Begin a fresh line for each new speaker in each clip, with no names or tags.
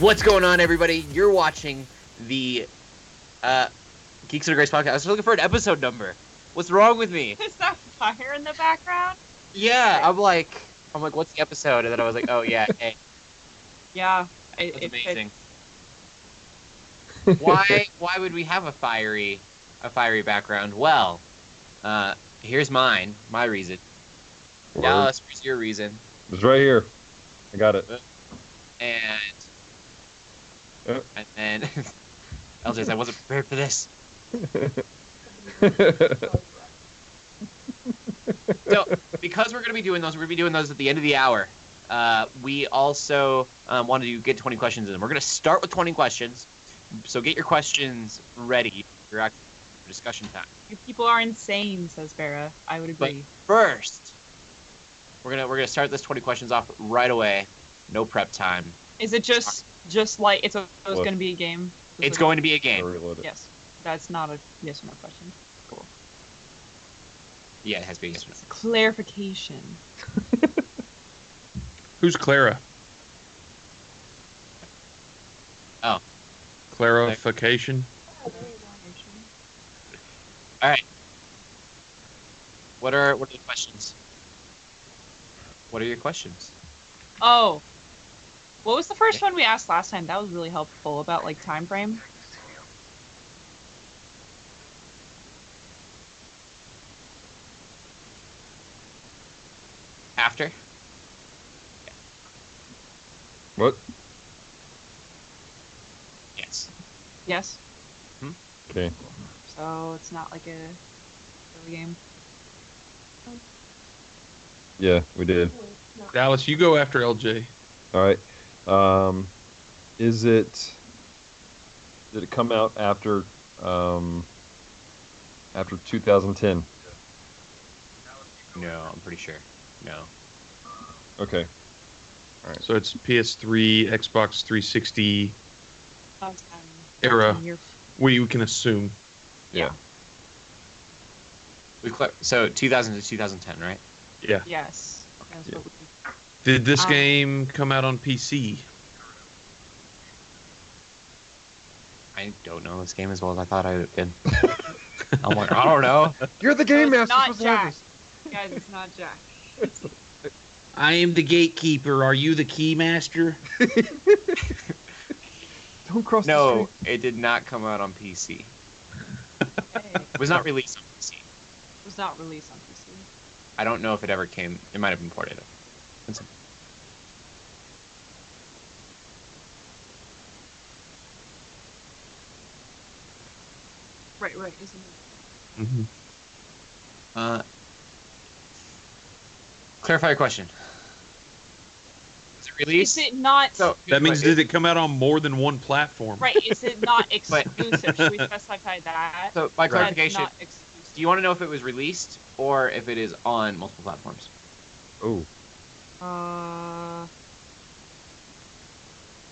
What's going on, everybody? You're watching the uh, Geeks Under Grace podcast. I was looking for an episode number. What's wrong with me?
Is that fire in the background?
Yeah, I'm like, I'm like, what's the episode? And then I was like, oh yeah, hey,
Yeah. It,
that's
it fits.
amazing. why? Why would we have a fiery, a fiery background? Well, uh, here's mine, my reason. Dallas, here's your reason,
It's right here. I got it.
and
Uh.
and then LJ's. I wasn't prepared for this. so because we're going to be doing those, we're going to be doing those at the end of the hour. Uh, we also um, wanted to get 20 questions in. We're going to start with 20 questions. So get your questions ready for our discussion time.
You people are insane, says Vera. I would
But-
agree.
First, we're gonna we're gonna start this 20 questions off right away. No prep time.
Is it just just like it's always
Look.
going to be a game?
It's going to be a
I
game.
reload it.
Yes. That's not a yes or no question. Cool.
Yeah, it has to be a yes or no.
It's clarification.
Who's Clara?
Oh.
Clarification?
What are what are the questions? What are your questions?
Oh. What was the first one we asked last time? That was really helpful about like time frame.
After?
What?
Yes.
Yes.
Okay.
So it's not like a real game.
Yeah, we did.
Dallas, you go after LJ.
All right. Um, is it? Did it come out after? Um, after 2010.
No, I'm pretty sure. No.
Okay.
So it's PS3, Xbox 360
Last time.
era.
um, Year-
We, we can assume.
We cla- so 2000 to 2010, right?
Yeah.
Yes. That's
Yeah.
what we
Did this
Um,
game come out on PC?
I don't know this game as well as I thought I did. I'm like, I don't know.
You're the
game it's master not for Jack. Guys, it's not Jack.
I am the gatekeeper. Are you the keymaster?
Don't cross
No, it did not come out on PC. It
Hey,
was not released on PC.
it was not released on PC.
I don't know if it ever came. It might have been ported. It's-
Right, right. Isn't it?
Mm-hmm.
Uh, clarify your question. Was it
Is
released?
it not
so
That means
but it-
did it come out on more than one platform?
right? Is it not exclusive? Should we specify that?
So by
That's
clarification,
not exclusive.
do you want to know if it was released or if it is on multiple platforms?
Oh,
Uh,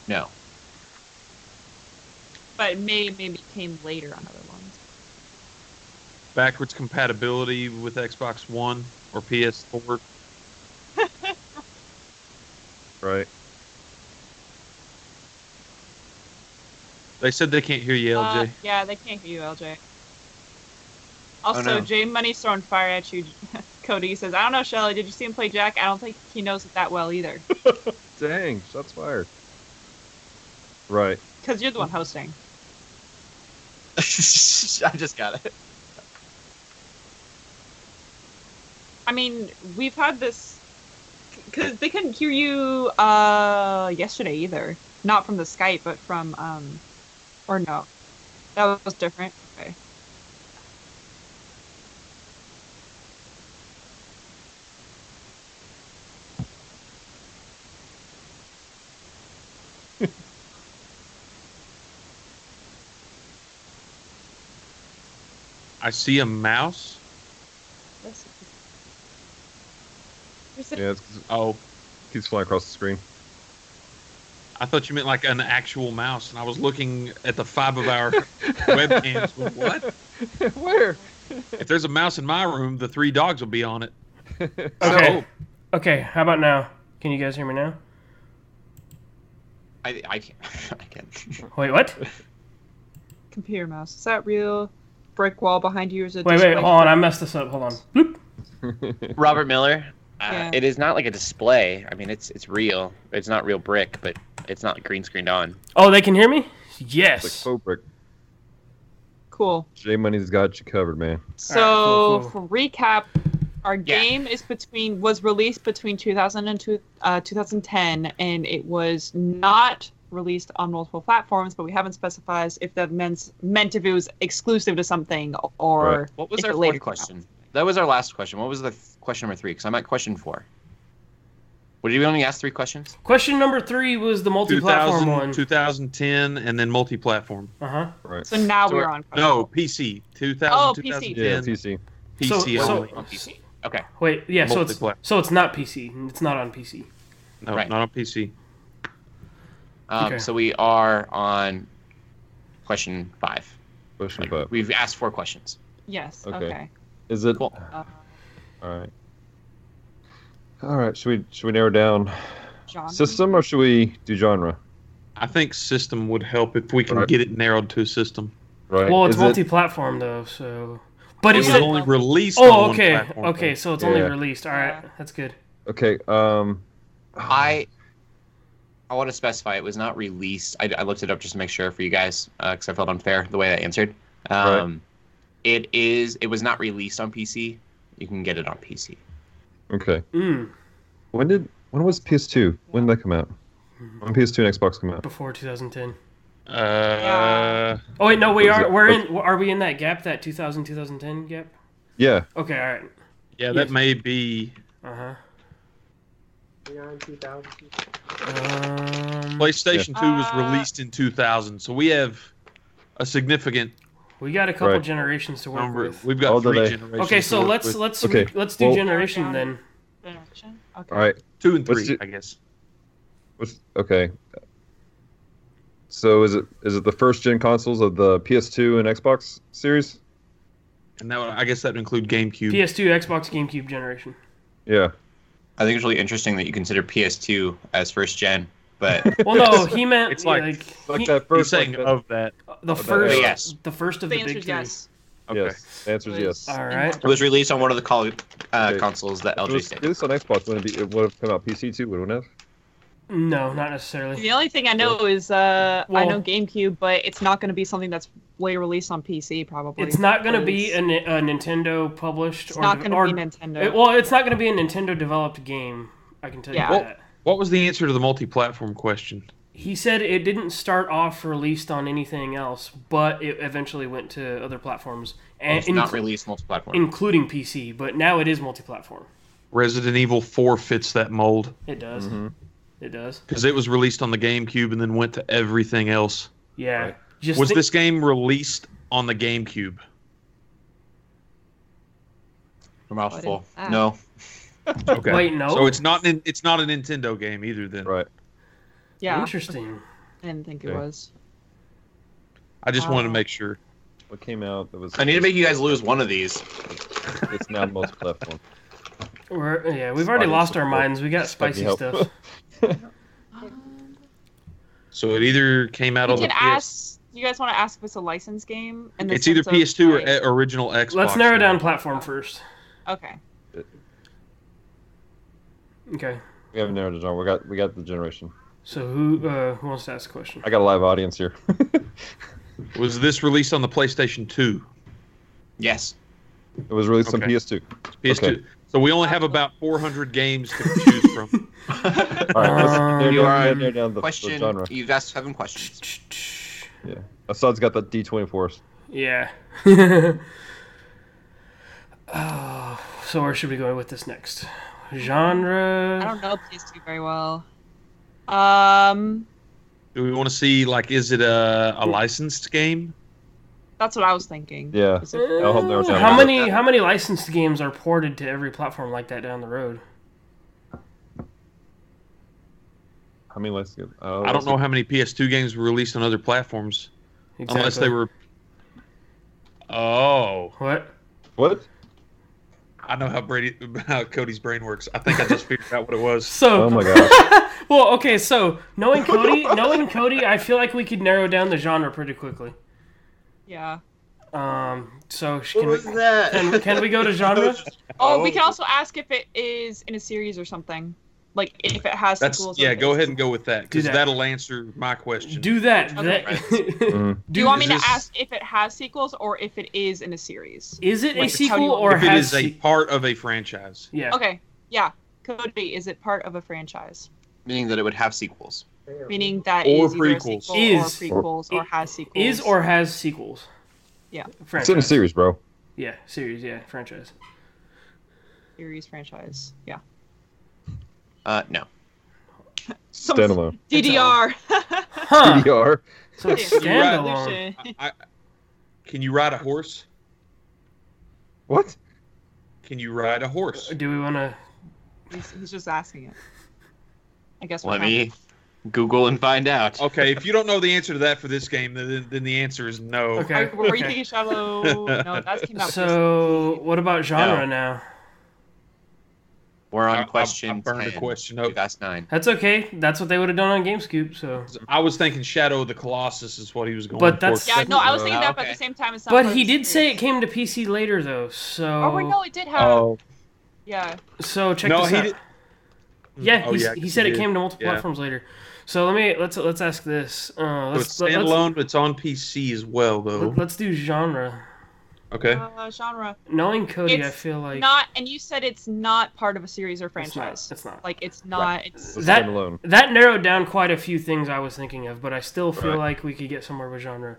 No.
but may maybe came later on other ones.
Backwards compatibility with Xbox One or PS4?
Oh, right.
They said they can't hear you, LJ.
Uh, yeah, they can't hear you, LJ. Also,
Oh, no.
Jay Money's throwing fire at you. Cody says, "I don't know, Shelly. Did you see him play Jack? I don't think he knows it that well either,
Dang. Shots fired. Right.
because you're the one
Mm.
hosting."
I just got it.
I mean, we've had this because they couldn't hear you uh, yesterday either. Not from the Skype, but from um, or no, that was different. Okay.
I see a mouse.
This- There's a-
Yeah. It's, it
Oh,
keeps flying across the screen.
I thought you meant like an actual mouse, and I was looking at the five of our webcams. Well, What?
Where?
If there's a mouse in my room, the three dogs will be on it. Oh,
Okay. Okay, how about now? Can you guys hear me now?
I I can't. I can't.
Wait, what?
Computer mouse. Is that real? Brick wall behind you is a.
Wait, wait,
display
hold on.
for-
I messed this up. Hold on. Bloop.
Robert Miller. Uh,
Yeah.
It is not like a display. I mean, it's it's real. It's not real brick, but it's not green screened on.
Oh, they can hear me?
It's like
Yes.
faux brick.
Cool.
J Money's got you covered, man.
So
cool,
for recap, our
Yeah.
game is between was released between 2000 and two, uh, 2010, and it was not released on multiple platforms. But we haven't specified if that meant meant if it was exclusive to something or
Right.
What was
If
our
it
fourth
later came out.
question? That was our last question. What was the th- question number three? Because I'm at question four. Would you only ask three questions?
Question number three was the multi-platform
2000,
one.
2010, and then multi-platform.
Uh huh.
Right.
So now
So
we're
we're-
on.
No, PC. 2000,
Oh, PC.
2010,
yeah, TC.
So-
PC
so-
only.
On PC. Okay.
Wait, yeah. So it's
Multi-platform.
so it's not PC. It's not on PC.
No,
Right.
not on PC.
Um,
Okay.
So we are on question five.
Question
Like,
five.
We've asked four questions.
Yes.
Okay.
Okay.
Is it?
Cool.
Uh,
All right. All right. Should we should we narrow down
John.
system or should we do genre?
I think system would help if we can
Right.
get it narrowed to system.
Right.
Well, it's
Is it-
multi-platform though, so. But
It
it's
was
said-
like,
only released. on
oh,
one
okay,
platform,
okay.
though.
So it's only
Yeah.
released. All right,
Yeah.
that's good.
okay. Um.
I I want to specify it was not released. I, I looked it up just to make sure for you guys because I felt unfair the way I answered. Um, It is. It was not released on PC. You can get it on PC.
Okay.
Mm,
When did when was PS2? When did that come out? When PS2 and Xbox come out?
before 2010.
Uh,
Oh wait, no, we
Was
are.
it-
We're in. Are we in that gap? That 2000 2010 gap?
Yeah.
Okay, all right.
yeah,
Yes.
that may be
Uh huh. Um,
PlayStation 2 was
Uh,
released in 2000, so we have a significant
we got a couple
Right.
generations to work
number.
with.
We've got
All the
three
day.
generations.
Okay,
to
so
work
let's
with.
let's
Okay,
let's do
well-
generation then.
Direction? Okay.
All right.
two and
let's
three,
do-
I guess.
What's, okay. So is it is it the first gen consoles of the PS2 and Xbox series?
And that would, I guess that would include GameCube.
PS2, Xbox, GameCube generation.
Yeah.
I think it's really interesting that you consider PS2 as first gen, but
Well, no, he meant
It's like-
like,
Like
he- uh,
that
He's
first.
saying
like that-
of that.
the
that
first
era. Yes.
the first of
The
the, big
answer's
three.
yes.
Okay.
Yes. The answer is yes.
All right.
it was released on one of the col- uh,
Okay.
consoles that
If it
LG
was
stated.
released on Xbox, wouldn't it be? It would have come out PC too, wouldn't it?
No, not necessarily.
The only thing I know is uh, I
Well-
know GameCube, but it's not going to be something that's later released on PC. Probably
It's not going to be
because
a, Ni- a Nintendo published
It's
or,
not
de-
going
or-
to be Nintendo.
it- well, it's not going to be a Nintendo developed game. I can tell
Yeah.
you
Well-
that.
What was the answer to the multi-platform question?
He said it didn't start off released on anything else, but it eventually went to other platforms, and
It's not
inc-
released multi-platform.
including PC. But now it is multi-platform.
Resident Evil 4 fits that mold
It does.
Mhm.
It does.
because it was released on the GameCube and then went to everything else.
Yeah.
Right.
Just
Was
thi-
this game released on the GameCube?
Mouthful.
What is
No.
Okay.
Wait, no.
So it's not an, it's not a Nintendo game either. Then
Right.
yeah,
interesting?
I didn't think it
Okay.
was.
I just
Oh.
wanted to
Wow.
make sure.
What came out that was?
I need to make you guys lose one of these.
It's now multi-platform.
We're, yeah, we've already
Spicy
lost our
stuff.
minds. We got
Spicy
spicy
help.
stuff.
So it either came out
You
on the
can
PS.
ask. You guys want to ask if it's a licensed game? And
it's either PS2 or a- original Xbox.
Let's narrow
now.
down platform first.
Okay.
Okay.
We haven't narrowed it down. We got we got the generation.
So who uh, who wants to ask a question?
I got a live audience here.
Was this released on the PlayStation 2?
Yes.
It was released on
Okay.
PS2.
PS2.
Okay.
So we only have about 400 games to choose from.
All right, let's narrow
Um,
down-
are-
narrow down the, the
Question.
genre.
You've asked seven questions.
Assad's got the D24.
Yeah. oh, so where should we go with this next?
I
Genre.
don't know PS2 very well. Um,
Do we want to see like is it a, a licensed game?
that's what I was thinking.
Yeah.
Is it-
Oh.
I'll hold narrow down.
How many how many licensed games are ported to every platform like that down the road?
How many lights? do you have? Uh,
I don't know how many PS2 games were released on other platforms unless they
Exactly.
were Oh.
What?
What?
I know how Brady, how Cody's brain works. I think I just figured out what it was.
So,
Oh my gosh.
well, okay. So knowing Cody, knowing Cody, I feel like we could narrow down the genre pretty quickly.
Yeah.
Um, so sh-
What
can we,
was that?
can, can we go to genre?
Oh, we can also ask if it is in a series or something. Like if it has
That's
sequels. or
yeah.
if
Go
it's-
ahead and go with that
Do
because
that.
that. will answer my question.
Do that.
Okay.
that
Mm.
Do you want me
is
to
this-
ask if it has sequels or if it is in a series?
is it a
Like, how do you
sequel
want
or
if it
has
is a
se-
part of a franchise.
yeah?
Okay. Yeah. Could be. Is it part of a franchise?
Meaning that it would have sequels.
Meaning that
Or
is either a
prequels.
sequel
Is.
or prequels or has sequels.
Is or has sequels?
Yeah.
Franchise.
It's in a series, bro.
Yeah, series. Yeah, franchise.
series franchise. Yeah.
Uh, no.
Some
Standalone.
DDR.
Huh?
DDR.
So it's standalone.
Lucian.
I, I, can you ride a horse?
What?
Can you ride a horse?
Do we want to?
He's, he's just asking it. I guess we'll
Let
find-
me Google and find out.
Okay, if you don't know the answer to that for this game, then then the answer is no.
Okay.
I, were you
okay.
thinking shallow? No, that came out.
So what about
No.
genre now?
We're
I-
on
I-
question.
I burned a
10.
question
You
up.
guys nine.
That's okay. That's what they would have done on GameScoop. So,
I was thinking Shadow of the Colossus is what he was going
But
for.
that's-
Yeah, no, I was thinking
Uh,
that, but at
okay.
the same time, it's not. part
but
of
he
the
did say
series.
it came to PC later though.
Oh, wait, no,
So,
it did have.
Oh.
Yeah.
so check
No,
this
he
out.
did-
Yeah,
Oh,
he's,
yeah,
he said it
did.
came to multiple
Yeah.
platforms later. So let me let's let's ask this. Uh,
So
let's,
it's
let- let's-
standalone, but it's on PC as well, though.
Let- Let's do genre.
Okay.
Uh, genre.
Knowing Cody, I
It's
feel like
not, and you said it's not part of a series or
it's not.
franchise.
It's not.
Like it's not. It's
It's
That-
standalone.
That narrowed down quite a few things I was thinking of, but I still feel
Right.
like we could get somewhere with genre.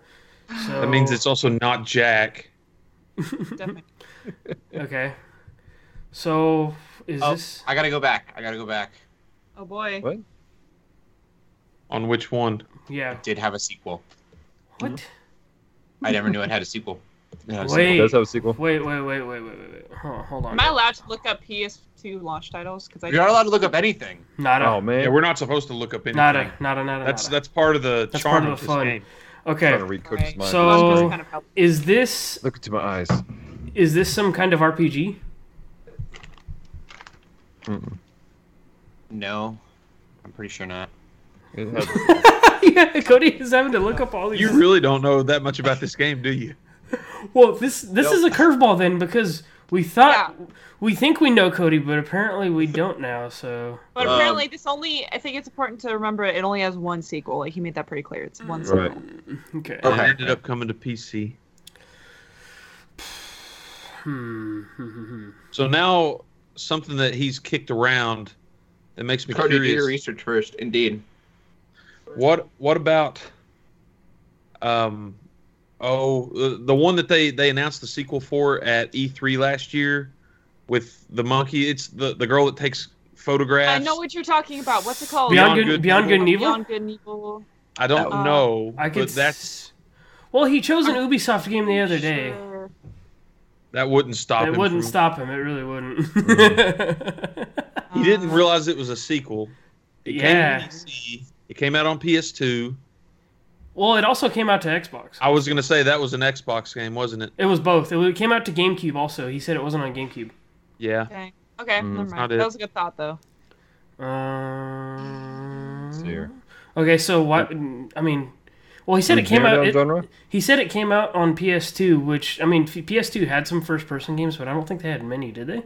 So
That means it's also not Jack.
definitely.
okay. So is
Oh.
this
I gotta go back. I gotta go back.
Oh boy.
What?
On which one?
yeah?
Did have a sequel.
What?
I never knew it had a sequel. It had a
Wait.
It does have a sequel.
Wait, wait, wait, wait, wait, wait, wait. Huh, hold on.
Am I allowed to look up PS2 launch titles? Because I.
sequel. You're not allowed to look up anything.
Nada.
Oh man.
Yeah, we're not supposed to look up anything.
nada. Nada. Nada.
That's
nada.
that's part of the
That's
charm
part of
of
the
this
fun.
game.
okay.
trying to read Cody's
Alright.
mind.
So-
Launch was
Oh.
kind of helpful.
Is this
Look into my eyes.
is this some kind of RPG?
Mm-mm.
No. I'm pretty sure not.
It has
yeah, Cody is having to look up all these.
You really don't know that much about this game, do you?
Well, this this
Nope.
is a curveball then because we thought we think we know Cody, but apparently we don't now. So
But
Um,
apparently, this only. I think it's important to remember it only has one sequel. Like he made that pretty clear. It's one sequel.
right.
okay.
And
Okay.
It ended up coming to PC.
Hmm. hmm, hmm, hmm.
So now something that he's kicked around that makes me
Cody, do your
curious.
research first. Indeed.
What what about um oh the, the one that they they announced the sequel for at E3 last year with the monkey? It's the the girl that takes
I
photographs.
know what you're talking about. Uh, What's it called?
Beyond,
Beyond
good,
Good
Beyond Good and Evil.
Beyond Good and Evil.
I don't
Uh,
know,
I could.
but that's
s- Well, he chose an Ubisoft game the other day.
Sure.
that wouldn't stop
It
him.
wouldn't
from-
stop him. It really wouldn't.
He didn't
Uh,
realize it was a sequel. It
Yeah.
Came to PC. It came out on PS2.
well, it also came out to Xbox.
I was gonna say that was an Xbox game, wasn't it?
It was both. It was- it came out to GameCube also. He said it wasn't on GameCube.
Yeah.
Okay. Okay.
Mm,
never
it's
not
mind.
it.
That was a good thought, though.
Dear.
Um, okay, so what? I mean, well, he said it
Did you
came
narrow
out.
down
it-
genre?
he said it came out on PS2, which I mean, f- PS2 had some first-person games, but I don't think they had many, did they?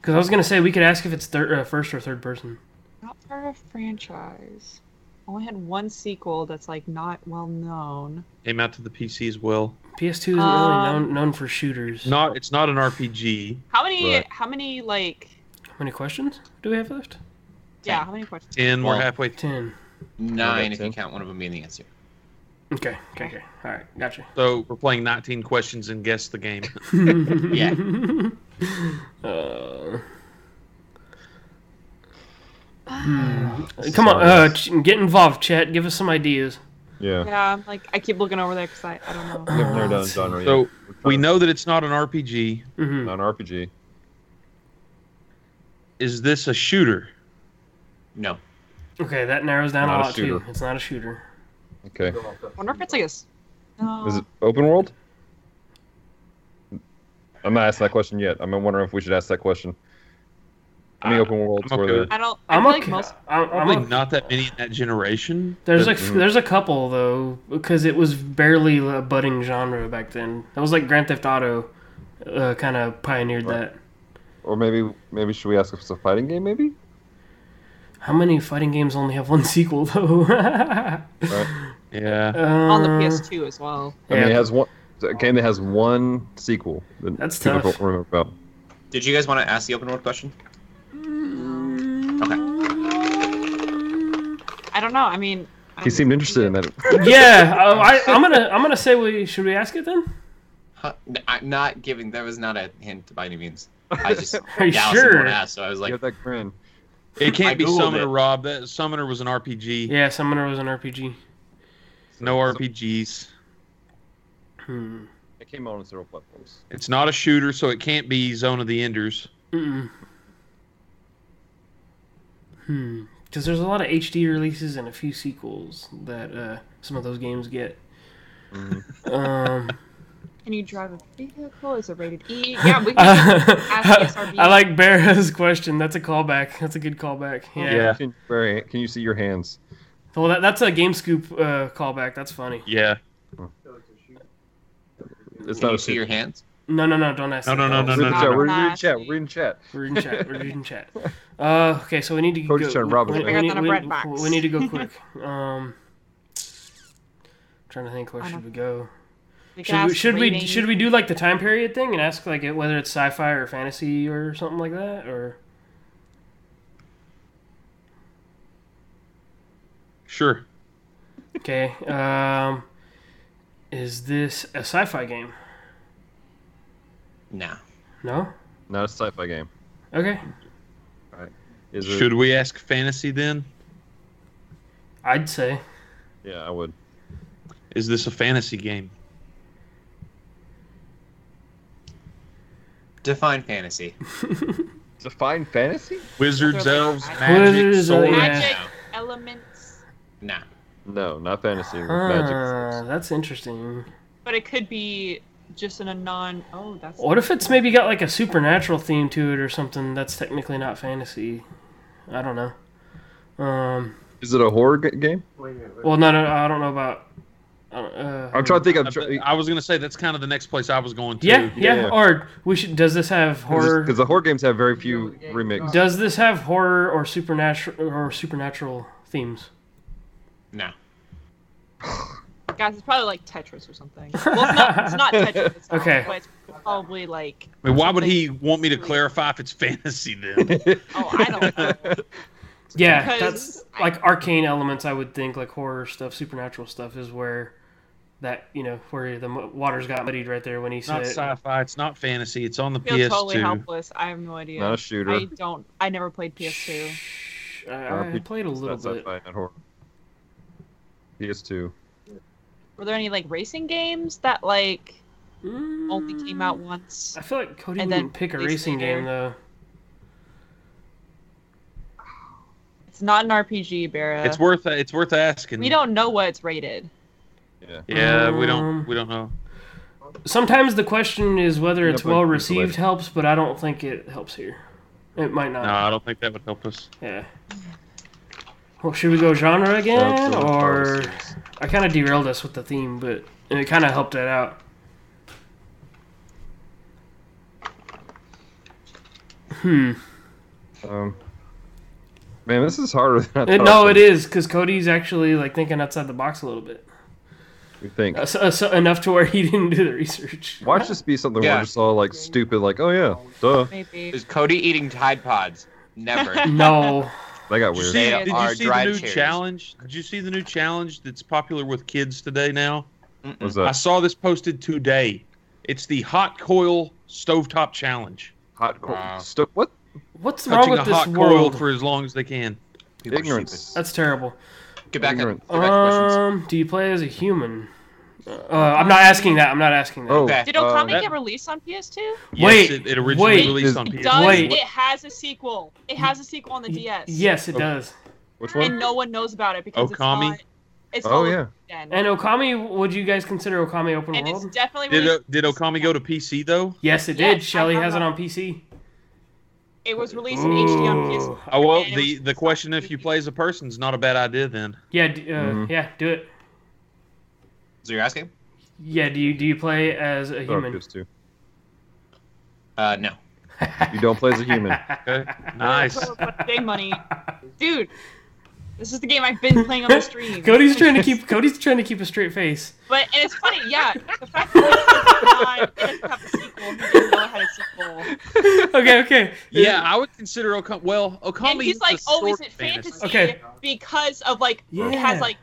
Because I was gonna say we could ask if it's thir- uh, first or third person.
Not part of franchise. Only had one sequel that's like not well known.
Came out to the PC as well.
PS2 isn't really
Um,
known known for shooters.
Not it's not an RPG.
How many?
Right.
How many like?
How many questions do we have left?
Yeah. How many questions?
Ten,
Well-
we're halfway through.
Ten.
Nine, if you
Ten.
count one of them being the answer.
Okay. Okay. okay. All right. Gotcha.
So we're playing 19 questions and guess the game.
Yeah.
Uh, hmm. Come on, uh, ch- get involved, chat. Give us some ideas.
Yeah.
Yeah. I'm like I keep looking over there because I, I don't know.
We haven't narrowed down genre yet.
So
We're
we
kinda
know that it's not an RPG.
hmm
not an RPG.
Is this a shooter?
No.
Okay, that narrows down
Not
a
a
lot too.
shooter.
It's not a shooter.
Okay.
I wonder if it's like a. s- No.
Is it open world? I'm not asking that question yet. I'm wondering if we should ask that question. How many
Uh,
open worlds
I'm
were
okay
there?
with
I don't. I
I'm
feel like
okay.
most.
I'm, I'm
Probably
okay.
not that many in that generation.
There's like
Mm.
there's a couple though because it was barely a budding genre back then. That was like Grand Theft Auto, uh, kind of pioneered
Right.
that.
Or maybe maybe should we ask if it's a fighting game? Maybe.
How many fighting games only have one sequel though?
Right.
Yeah.
on the
Uh,
PS2 as well.
I mean, it
Yeah.
has one it's a game that has one sequel. That
That's
people
tough.
don't remember about.
Did you guys want to ask the open world question? Okay.
I don't know. I mean,
He seemed interested in that.
yeah, um, I, I'm gonna I'm gonna say we should we ask it then.
Huh, n- I'm not giving. That was not a hint by any means. I just
Are you
Dallas
sure?
sure? asked, so I was
Like,
like,
have that grin.
It
I
can't be
Googled
Summoner,
it.
Rob. That Summoner was an RPG.
Yeah, Summoner was an RPG.
No RPGs.
Hmm.
It came out on several platforms.
It's not a shooter, so it can't be Zone of the Enders.
Mm-mm. Hmm. Because there's a lot of HD releases and a few sequels that uh, some of those games get.
Mm-hmm.
Um.
Can you drive a vehicle? Is it rated E? Yeah, we can. ask
Uh,
SRB.
I like Barra's question. That's a callback. That's a good callback. Yeah.
Yeah.
Can, you very- can you see your hands?
Well, that, that's a Game Scoop uh, callback. That's funny.
Yeah.
It's
"Can
not
you
a
see your hands?"
No, no, no. Don't ask.
No,
that.
no, no,
That
no,
was-
We're
no,
in
no.
chat. We're,
no.
we're in chat. We're in chat.
We're in chat. We're in chat. Uh, okay, so we need to
Cody's
go.
trying to rob us,
we,
man.
we,
Bigger
need,
than a
we-
bread box.
we need to go quick. Um, trying to think where
I
should
don't-
we go?
We can
Should we
ask
should, we
rating.
should we do like the time period thing and ask like it, whether it's sci-fi or fantasy or something like that or
Sure.
okay um is this a sci-fi game
Nah.
no
Not a sci-fi game.
okay
Is it?
Should we ask fantasy then?
I'd say
Yeah, I would.
Is this a fantasy game?
Define fantasy.
Define fantasy?
Wizards,
They're like-
elves,
I-
magic,
Wizards,
swords.
yeah.
Magic elements,
Nah.
No, not fantasy. with
Huh,
Magic.
Ah, that's interesting.
but it could be just in a non. Oh, that's.
What if it's maybe got like a supernatural theme to it or something that's technically not fantasy? I don't know. Um,
Is it a horror g- game?
well, no, no, I don't know about. I don't- Uh,
I'm trying to think.
I-
I'm trying.
I was gonna say that's kind of the next place I was going to.
Yeah, yeah,
Yeah.
Or we should. Does this have horror?
Because the horror games have very few remakes.
Does this have horror or supernatural or supernatural themes?
Nah.
Guys, it's probably like Tetris or something. Well, it's not, it's not Tetris. It's
Okay.
But it's probably like.
I mean, why would he want me to clarify if it's fantasy then?
Oh, I don't know.
Yeah,
Because
that's like arcane elements. I would think like horror stuff, supernatural stuff is where that you know where the mo- waters got muddied right there when he
It's not
said. it.
sci-fi. It's not fantasy. It's on the
I feel
PS2.
totally helpless. I have no idea.
Not a shooter.
I don't. I never played PS2.
Shh, I, I
RPG,
played a
It's
little
not
bit.
sci-fi, not horror. PS2.
Were there any like racing games that like only came out once?
Mm, I feel like Cody
And
wouldn't
then
pick a
release
racing
later.
game though.
It's not an RPG, Barra.
It's worth. It's worth asking.
we don't know what it's rated.
Yeah.
Yeah, we
Um,
don't. We don't know.
Sometimes the question is whether
Yeah,
it's
but
well
it's
received
related.
helps, but I don't think it helps here. It might
No,
not.
I don't think that would help us.
Yeah. Well, should we go genre again,
Absolute horror
or
series.
I kind of derailed us with the theme, but and it kind of helped that out. Hmm.
Um, man, this is harder than I
It-
thought
Uh, no,
was
it is because Cody's actually like thinking outside the box a little bit,
gonna- You think?
Uh, so, uh, so- enough to where he didn't do the research.
Watch this be something where
Yeah.
we're just all like stupid, like, oh yeah, duh.
Maybe.
Is Cody eating Tide Pods? Never.
No.
That got
Did you
weird.
see,
They
did you
are
see the
dried
new
cherries.
challenge? Did you see the new challenge that's popular with kids today? Now
Mm-mm.
Was
I
that
saw this posted today. It's the hot coil stovetop challenge.
hot? Cold,
Wow.
stu- what?
What's wrong
Touching
with
a
this
hot coil
world?
for as long as they can.
People are
Ignorance.
That's terrible.
stupid. Get back.
Ignorance.
Ignorance. Get back to questions.
Um, do you play as a human? Uh, I'm not asking that. I'm not asking that.
Oh,
Okay.
Did Okami
um,
that-
get released on PS2?
yes,
Wait,
it, it originally
wait.
released on
It
PS.
does.
Wait.
It has a sequel. It has a sequel on the
Y-
DS.
Yes, it
Okay.
does.
which
And
one?
no one knows about it because
Okami?
it's It's
Oh
all
yeah.
Again.
And Okami, would you guys consider Okami open
And it's
world?
definitely
Did
released,
uh, did Okami go to PC though?
Yes, it
Yeah,
did. Shelly
I have
has it
that.
on PC.
it was released in HD on PS4.
Ooh.
Oh well,
And it
the
was-
the question if you play as a person is not a bad idea then.
Yeah, d- uh,
Mhm.
yeah, do it.
So you're asking?
Yeah, do you do you play as a
Oh,
human?
PS2.
Uh, no.
You don't play as a human.
Okay, nice.
Big money, dude. This is the game I've been playing on the stream.
Cody's trying to keep Cody's trying to keep a straight face.
But and it's funny, yeah. The fact that it doesn't have a sequel, he didn't know it had a sequel.
Okay, okay.
Yeah, I would consider Okami. Well, Okami.
and he's
is
like
a
always
sort
at
of
fantasy
Okay.
because of like it
Yeah.
has like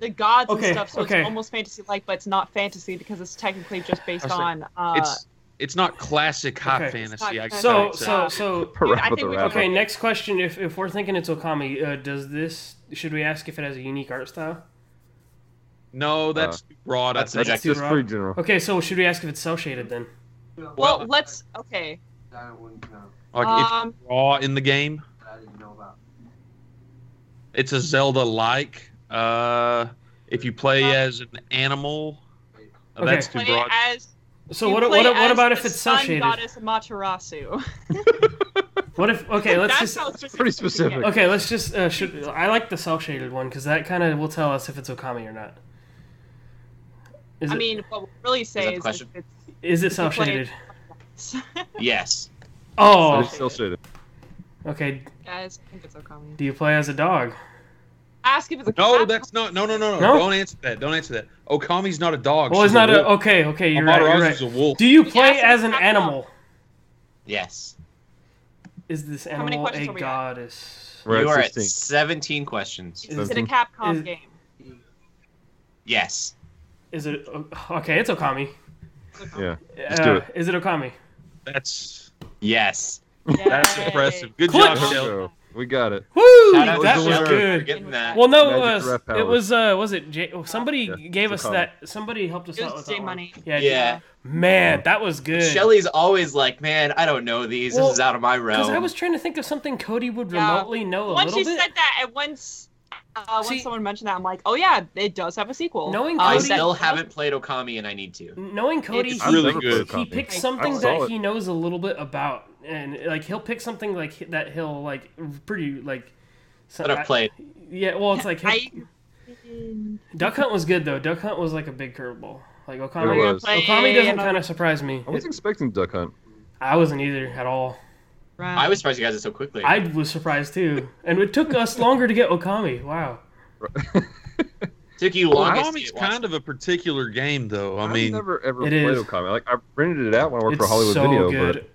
the gods
Okay,
and stuff, so
okay.
it's almost fantasy like, but it's not fantasy because it's technically just based
I see.
on. Uh,
It's it's not classic high
Okay.
fantasy. I
It's
guess I
So
would say.
so so
dude, I
Parappa
think
the
we
Rapper.
okay. Next question: If if we're thinking it's Okami, uh, does this should we ask if it has a unique art style?
no, that's too broad.
that's
I
That's,
think.
that's
Rejected.
pretty general.
Okay, so should we ask if it's cell shaded then?
well,
well,
let's okay.
I wouldn't know.
like it's
um,
raw in the game.
That I didn't know about.
It's a Zelda like. Uh, if you play
Uh,
as an animal, uh,
Okay.
that's too
play
broad.
as
So
you
what
play
what what
as
about
the
if it's cell
sun
shaded?
Goddess Materasu.
What if okay? Let's
that
just
sounds specific.
Pretty specific.
okay. Let's just uh, should I like the cell shaded one because that kind of will tell us if it's Okami or not. Is
I
it-
mean, what we really
that
say
the
is,
question?
if
is it
you
cell
play-
shaded?
it's
Yes.
But
Oh,
it's still shaded.
okay.
guys. I think it's Okami.
Do you play as a dog?
Ask if it's a
No, that's not. No, no, no, no.
No?
Don't answer that. Don't answer that. Okami's not a dog.
Well,
she's
it's not a
wolf.
okay. Okay, you're right. You're
Amaterasu's
right.
a wolf.
Do you
You
play
asked
as
me
an
how-
animal?
Yes.
Is this
many
animal a
questions are we at?
goddess?
We're
you are
at
at
16.
17 questions.
Is
Is it a
Something.
Capcom
Is-
game?
Yes.
Is it oh, okay? It's Okami.
Yeah.
Is
do it.
Is it Okami?
That's
yes.
that's
Yay.
impressive. Good
Click.
job,
Let's
Shell.
Go. We got it.
Woo!
Shout out
That
to
was
Shell for
good.
getting that.
Well, no,
Magic
it was.
rep
It
powers.
was. Uh, was it? J- somebody
Yeah,
gave us
it's
that. Somebody helped us
It
out
was
with that one.
J-Money.
Yeah,
Yeah.
Man, that was good.
Shelly's always like, man, I don't know these.
Well,
this is out of my realm.
Because I was trying to think of something Cody would
Yeah.
remotely know a
Once you
little bit.
said that, and once uh,
See-
once someone mentioned that, I'm like, oh yeah, it does have a sequel. Uh,
Knowing
I
Cody-
still haven't played Okami, and I need to.
Knowing Cody,
It's
he-
really
I've never
good.
played
he
Okami.
picks
I
something
saw
that
it.
he knows a little bit about, and like he'll pick something like that he'll like pretty like. so-
That
I-
I've played.
Yeah, well, it's like
I,
Duck Hunt was good though. Duck Hunt was like a big curveball. Like
It
Okami,
was.
Okami doesn't kind of surprise me.
I was expecting Duck Hunt.
I wasn't either at all.
I was surprised you guys did so quickly.
I was surprised too, and it took us longer to get Okami. Wow.
took you longest.
Okami's kind of a particular game, though. I
I've
mean,
never ever
it
played
is.
Okami. Like I printed it out when I worked
it's
for Hollywood
so
Video, but
good.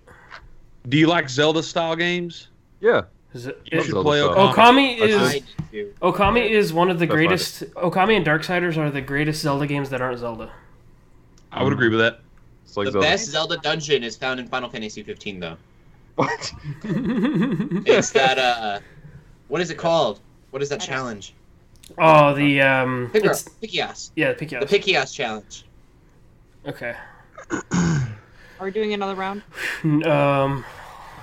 do you like Zelda style games?
yeah,
Is it-
You
it-
should
Zelda
play
style.
Okami.
Okami
I
is Okami is one of the
That's what I
greatest. Okami and Darksiders are the greatest Zelda games that aren't Zelda.
I would agree with that.
it's like
the
Zelda.
best Zelda dungeon is found in Final Fantasy 15, though.
What?
It's that uh, what is it called? What is that
I don't-
challenge?
oh, the um, it's,
Picross, Picross,
yeah, pick you
the
up.
Picross challenge.
Okay.
Are we doing another round?
Um,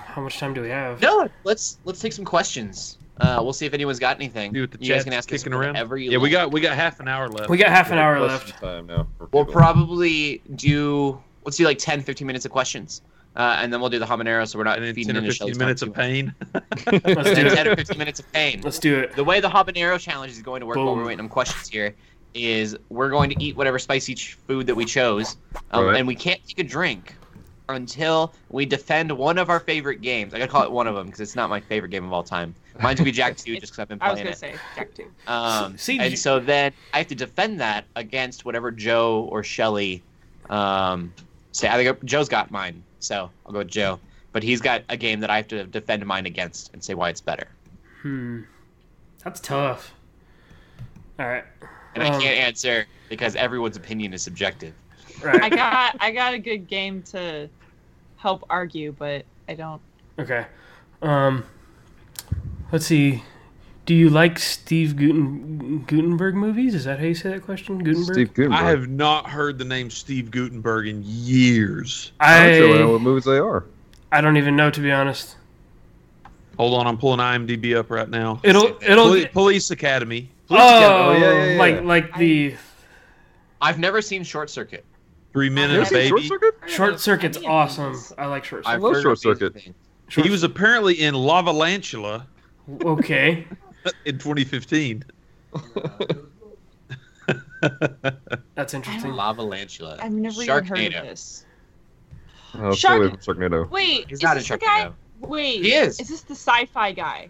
how much time do we have?
No, let's let's take some questions. Uh, we'll see if anyone's got anything.
See what the
you guys
chat's
can ask us
kicking around.
whatever you
Yeah, we
like.
got we got half an hour left.
We got half an
Yeah,
hour
question
left.
Time now. for
We'll
people.
probably do let's do like 10, 15 minutes of questions, uh, and then we'll do the habanero, so we're not
and then
feeding
ten or
into Shelley's
fifteen
time
minutes
too
of
much.
pain.
Let's do
And then
it.
10 or 15 minutes of pain.
Let's do it.
The way the habanero challenge is going to work while
Boom.
we're waiting on questions here is we're going to eat whatever spicy ch- food that we chose, um,
Right.
and we can't take a drink until we defend one of our favorite games. I gotta call it one of them because it's not my favorite game of all time. Mine would be Jack 2 just because I've been
I was
playing
gonna
it.
say Jack Two.
Um,
See,
and
you-
so then I have to defend that against whatever Joe or Shelly um, say. I think Joe's got mine, so I'll go with Joe. But he's got a game that I have to defend mine against and say why it's better.
Hmm. That's tough. All right.
and I
Um,
can't answer because everyone's opinion is subjective.
I
Right.
got I got a good game to help argue, but I don't.
Okay. Um. Let's see. Do you like Steve Guten- Gutenberg movies? Is that how you say that question? Gutenberg.
Steve Gutenberg.
I have not heard the name Steve Gutenberg in years.
I don't actually know
I
what movies they are.
I don't even know to be honest.
Hold on, I'm pulling IMDb up right now.
It'll
Poli-
it'll
Poli- Police Academy.
Oh,
Oh, yeah, yeah, yeah.
like like the
I've never seen Short Circuit.
Three
Never
minutes,
seen Short
baby.
Circuit?
short circuit's awesome. I like short
I've
circuit.
love
heard
Short
of these
Circuit.
things.
Short-
He was apparently in Lavalantula
okay.
in 2015.
Uh,
That's interesting.
Lava Lantula.
I've never even heard of this.
Oh,
Shark-
stay away from Sharknado.
Wait,
He's
is
not in
this the guy?
Sharknado.
Wait,
He is.
Is this the sci-fi guy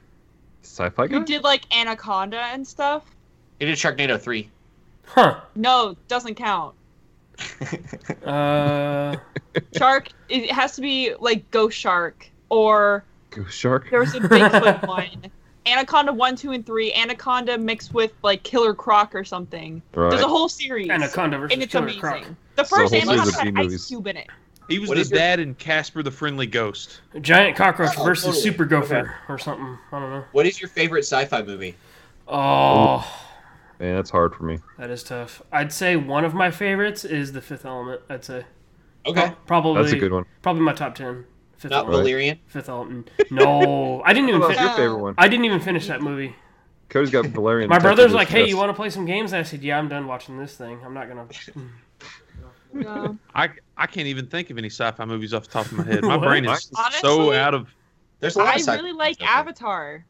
Sci-fi guy?
who did like Anaconda and stuff?
He did Sharknado 3.
Huh.
No, doesn't count.
Uh,
Shark. it has to be like Ghost Shark or
Ghost Shark?
there was a Bigfoot one. Anaconda one, two, and three. Anaconda mixed with like Killer Croc or something. There's
Right.
a whole series,
Anaconda versus
and it's
Killer
amazing.
Croc.
The
So a
first
whole
Anaconda
series
of
had
B
Ice
movies.
Cube in it.
He was
What
the
is your-
dad in Casper the Friendly Ghost.
Giant cockroach
Oh,
versus
totally.
super gopher or something. I don't know.
What is your favorite sci-fi movie?
Oh,
Man, that's hard for me.
that is tough. I'd say one of my favorites is The Fifth Element. I'd say Oh,
Okay.
probably
That's a good one.
probably my top ten. Fifth
Not
Element.
Right.
Valerian.
Fifth Element. No, I didn't even.
What's
Fin-
your favorite one?
I didn't even finish that movie.
Cody's got Valerian.
My
Detective
brother's like, "Hey,
Express.
you want to play some games?" And I said, "Yeah, I'm done watching this thing. I'm not gonna."
No.
I I can't even think of any sci-fi movies off the top of my head. My
What?
brain is so
Honestly,
out of.
There's a lot
I
of sci-fi
really like
movies out there.
Avatar.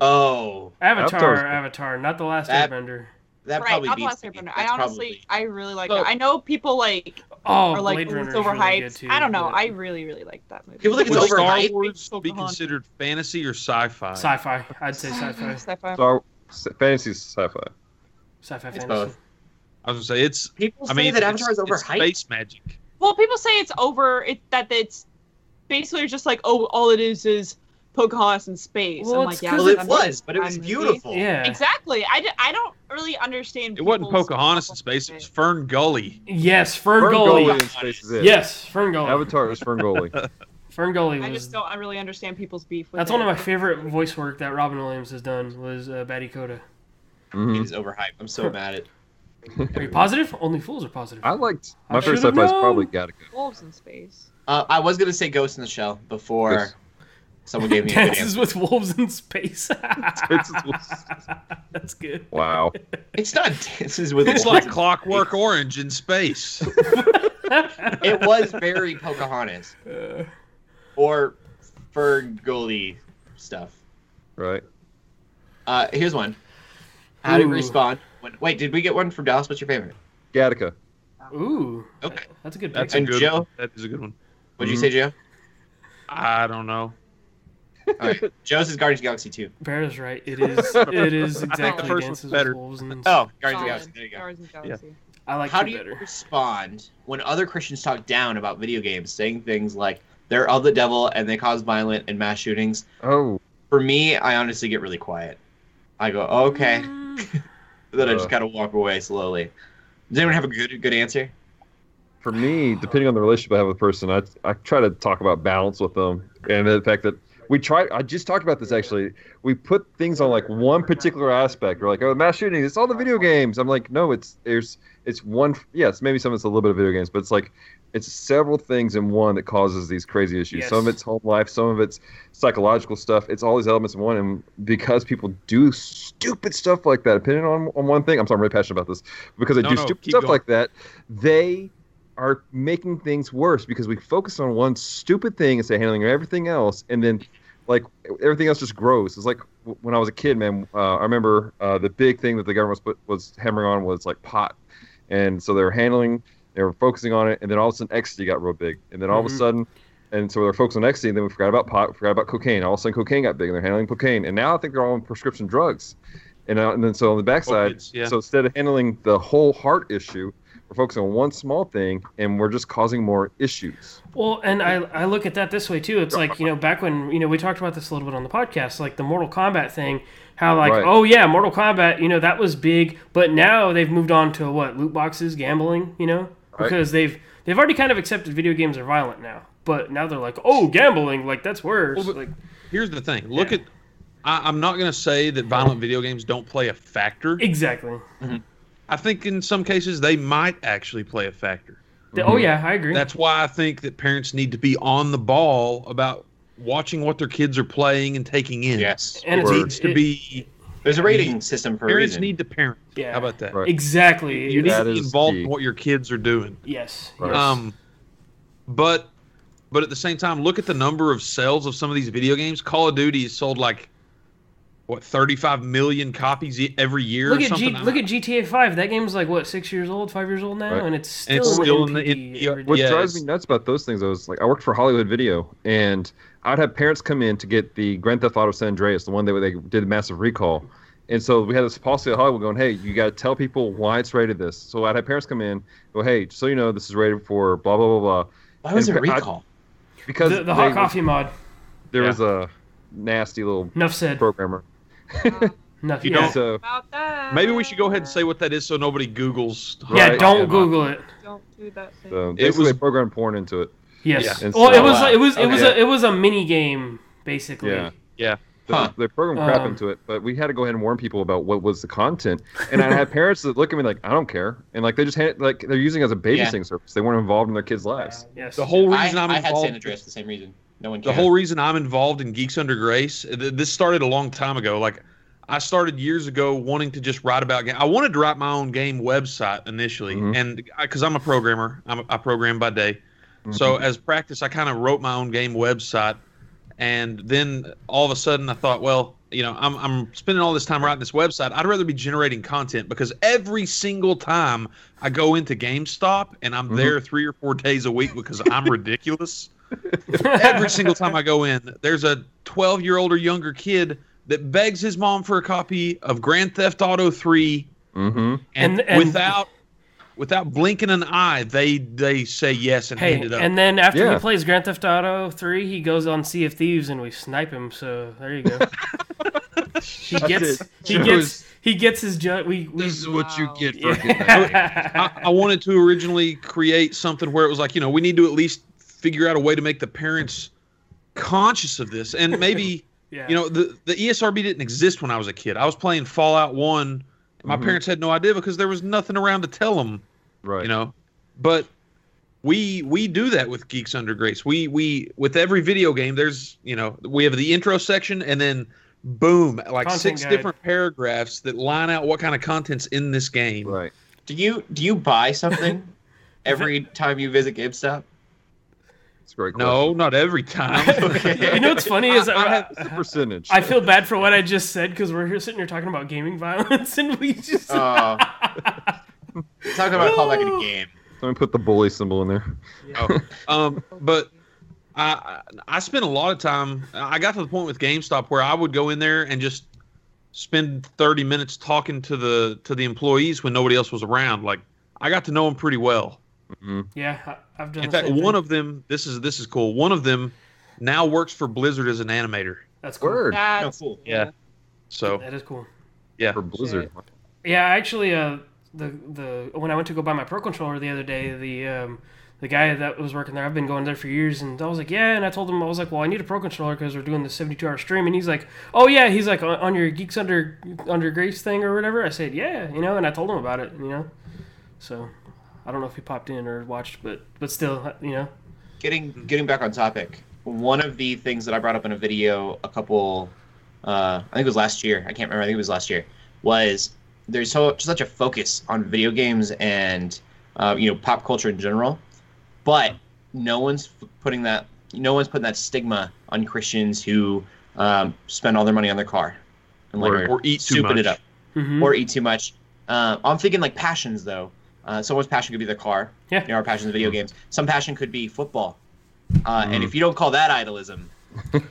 Oh,
Avatar,
Avatar's good.
Avatar, not the Last
That-
Airbender.
that
right,
probably
not the
beats
Last
me.
Airbender.
That's
I honestly,
probably-
I really like
So-
it. I know people like
Oh,
are like
Blade Runner
"Ooh,
is
it's
really
overhyped.
good too.
I don't know.
but-
I really, really like that movie.
People think it's
Would Star
overhyped.
Wars be
Pocahontas.
considered fantasy or sci-fi?
sci-fi. I'd say sci-fi.
Sci-fi.
Star s- fantasy sci-fi.
Sci-fi
It's
fantasy.
both.
I was gonna say it's.
People say
I mean,
that
it's-
Avatar is
it's
overhyped.
Space magic.
Well, people say it's over. It that it's basically just like oh, all it is is Pocahontas in space.
Well,
I'm
it's
like, yeah,
'cause
well,
it's
it
I'm-
was, but it
I'm
was
really-
beautiful.
Yeah.
Exactly. I, d- I don't really understand.
It wasn't
people's-
Pocahontas in space. It was Fern Gully.
Yes, Fern,
Ferngully
Gully.
in space is it.
Yes, Fern Gully.
Avatar is Ferngully.
Fern Gully
I
was.
just don't. I really understand people's beef with.
That's
it.
one of my favorite voice work that Robin Williams has done. Was uh, Batty Coda.
It
hmm
is overhyped. I'm so mad at.
Are you positive? Only fools are positive.
I liked
I
my favorite
should've
sci-fi is
known.
probably Gattaca.
wolves in space.
Uh, I was gonna say Ghost in the Shell before
Yes.
someone gave me a good answer.
Dances with wolves in space. That's good.
Wow.
It's not dances with
It's
Wolves.
like Clockwork Orange in space.
it was very Pocahontas
Uh,
or Ferngully stuff.
Right.
Uh, here's one. How did
Ooh.
respawn? When, wait, did we get one from Dallas? What's your favorite?
Gattaca.
ooh.
Okay.
That's a good pick.
That's a
And
good.
Joe?
One. That is a good one.
What did
Mm-hmm.
you say, Joe?
I don't know.
All right. Joe's is Guardians of the Galaxy 2.
Bear is right. It is. It is
I think the
exactly
first one's
dances with
better.
wolves and.
Oh, Guardians of the
Solid.
Galaxy. There you go.
Guardians of the Galaxy.
I like
How
two
do you
better.
respond when other Christians talk down about video games, saying things like they're of the devil and they cause violent and mass shootings?
Oh.
For me, I honestly get really quiet. I go, okay.
Mm,
Then I just
Uh.
kind of walk away slowly. Does anyone have a good good answer?
For me, depending on the relationship I have with a person, I, I try to talk about balance with them and the fact that we try. I just talked about this actually. We put things on like one particular aspect. We're like, oh, mass shooting. It's all the video games. I'm like, no, it's there's it's one. Yes, maybe some of it's a little bit of video games, but it's like it's several things in one that causes these crazy issues.
Yes.
Some of it's home life, some of it's psychological stuff. It's all these elements in one. And because people do stupid stuff like that, depending on, on one thing, I'm sorry, I'm really passionate about this. Because they
No,
do
no,
stupid
keep
stuff
going.
like that, they are making things worse because we focus on one stupid thing instead of handling everything else. And then, like, everything else just grows. It's like w- when I was a kid, man, uh, I remember uh, the big thing that the government was, put, was hammering on was like pot. And so they were handling they were focusing on it, and then all of a sudden ecstasy got real big, and then all of
Mm-hmm.
Mhm.
a sudden, and so they were focused on ecstasy, and then we forgot about pot, we forgot about cocaine. All of a sudden, cocaine got big, and they're handling cocaine, and now I think they're all on prescription drugs, and, uh, and then so on the backside,
Opiates, yeah.
so instead of handling the whole heart issue, we're focusing on one small thing, and we're just causing more issues.
Well, and I, I look at that this way too. It's like, you know, back when, you know, we talked about this a little bit on the podcast, like the Mortal Kombat thing, how like,
Right.
oh yeah, Mortal Kombat, you know, that was big, but now they've moved on to what, loot boxes, gambling, you know?
Right.
Because they've they've already kind of accepted video games are violent now. But now they're like, oh, gambling, like that's worse.
Well, but-
like
Here's the thing. Look
Yeah.
at. I, I'm not gonna say that violent video games don't play a factor.
exactly.
I think in some cases they might actually play a factor.
The-
Mhm.
Oh yeah, I agree.
That's why I think that parents need to be on the ball about watching what their kids are playing and taking in.
Yes.
and it's,
It
e,
Word.
it,
needs to be
There's a rating system for a
Parents
reason.
need to parent.
Yeah.
How about that?
Right.
Exactly.
You need
It's-
to
That
be
is
involved
key.
in what your kids are doing.
yes.
Right.
yes.
Um, but but at the same time, look at the number of sales of some of these video games. Call of Duty has sold like what 35 million copies e- every year.
look
or
at
something.
G, look at GTA Five. That game's like what six years old, five years old now,
Right.
and it's still,
And it's still in the-
NPD
it- yeah,
every day.
What
Yeah,
drives me
it's-
nuts about those things though is like I worked for Hollywood Video and I'd have parents come in to get the Grand Theft Auto San Andreas, the one that they did a massive recall. And so we had this policy at Hollywood going, hey, you got to tell people why it's rated this. So I'd have parents come in, go, hey, just so you know, this is rated for blah, blah, blah, blah.
Why was it
and
a
I-
recall?
Because
the, the
they-
hot coffee mod.
there
Yeah.
was a nasty little
Enough said.
programmer.
Enough.
You
yeah.
don't-
So
Um, About that.
Maybe we should go ahead and say what that is so nobody Googles.
yeah.
Right.
Don't Google it.
Don't do that thing.
Uh,
So
It
basically,
was-
they programmed porn into it.
Yes.
Yeah. And
Well,
so-
it was
Wow.
it was it was
Okay.
a it was a mini game basically.
Yeah.
Yeah.
They,
Huh.
they programmed crap
Um,
into it, but we had to go ahead and warn people about what was the content. And I had parents that look at me like, I don't care, and like they just had, like they're using it as a babysitting service. They weren't involved in their kids' lives.
Yes.
The whole
I,
reason am
I
involved.
had San Andreas for the same reason. No one
The
cared.
whole reason I'm involved in Geeks Under Grace, th- this started a long time ago. Like, I started years ago wanting to just write about game. I wanted to write my own game website initially,
Mhm.
and because I'm a programmer, I'm, I program by day. Uh, So as practice, I kind of wrote my own game website, and then all of a sudden, I thought, well, you know, I'm I'm spending all this time writing this website. I'd rather be generating content because every single time I go into GameStop and I'm
Mhm.
there three or four days a week because I'm ridiculous. Every single time I go in, there's a 12 year old or younger kid that begs his mom for a copy of Grand Theft Auto 3
mm-hmm.
and,
And- and-
without without blinking an eye, they they say yes and
Hey,
hand it up.
and then after
Yeah.
he plays Grand Theft Auto 3, he goes on Sea of Thieves and we snipe him. So there you go. he gets
it.
he gets he gets his ju- we we
is what you get
I, I wanted to originally create something where it was like, you know, we need to at least figure out a way to make the parents conscious of this. And maybe,
yeah.
you know, the, the E ESRB didn't exist when I was a kid. I was playing Fallout 1. and My
Mm-hmm.
Mhm.
parents had no idea because there was nothing around to tell them,
Right.
you know. But we we do that with Geeks Under Grace. We we with every video game there's, you know, we have the intro section and then boom, like
Content
six
guide.
different paragraphs that line out what kind of content's in this game.
Right.
Do you do you buy something every time you visit GameStop?
It's a great.
No, not every time.
You know what's funny is I,
I
I,
have
question. percentage.
feel bad for what I just said because we're here sitting here talking about gaming violence and we just
Uh,
Oh, talking about a callback in a game.
Let me put the bully symbol in there.
um, but I I I spent a lot of time. I got to the point with GameStop where I would go in there and just spend thirty minutes talking to the to the employees when nobody else was around. Like I got to know them pretty well.
yeah. I, I've done.
In
the
fact,
same
one
thing.
of them. This is this is cool. One of them now works for Blizzard as an animator.
that's cool.
Word
That's
cool.
Yeah. So
That is cool.
yeah,
for Blizzard.
Yeah, actually, uh, the the when I went to go buy my pro controller the other day, the um, the guy that was working there, I've been going there for years, and I was like, yeah, and I told him I was like, well, I need a pro controller because we're doing the seventy two hour stream, and he's like, oh yeah, he's like on, on your geeks under under grace thing or whatever. I said, yeah, you know, and I told him about it, you know, so I don't know if he popped in or watched, but but still, you know,
Getting
Hmm.
getting back on topic. One of the things that I brought up in a video a couple, uh, I think it was last year. I can't remember. I think it was last year. Was there's so such a focus on video games and uh, you know pop culture in general, but no one's f- putting that no one's putting that stigma on Christians who um, spend all their money on their car and like
Or-
are
or eat too
souping
much.
it up.
Mhm.
or eat too much. Uh, I'm thinking like passions though. Uh, someone's passion could be their car.
Yeah.
You know, our passion is video
Mm-hmm.
games. Some passion could be football. Uh, And
Mm.
if you don't call that idolism,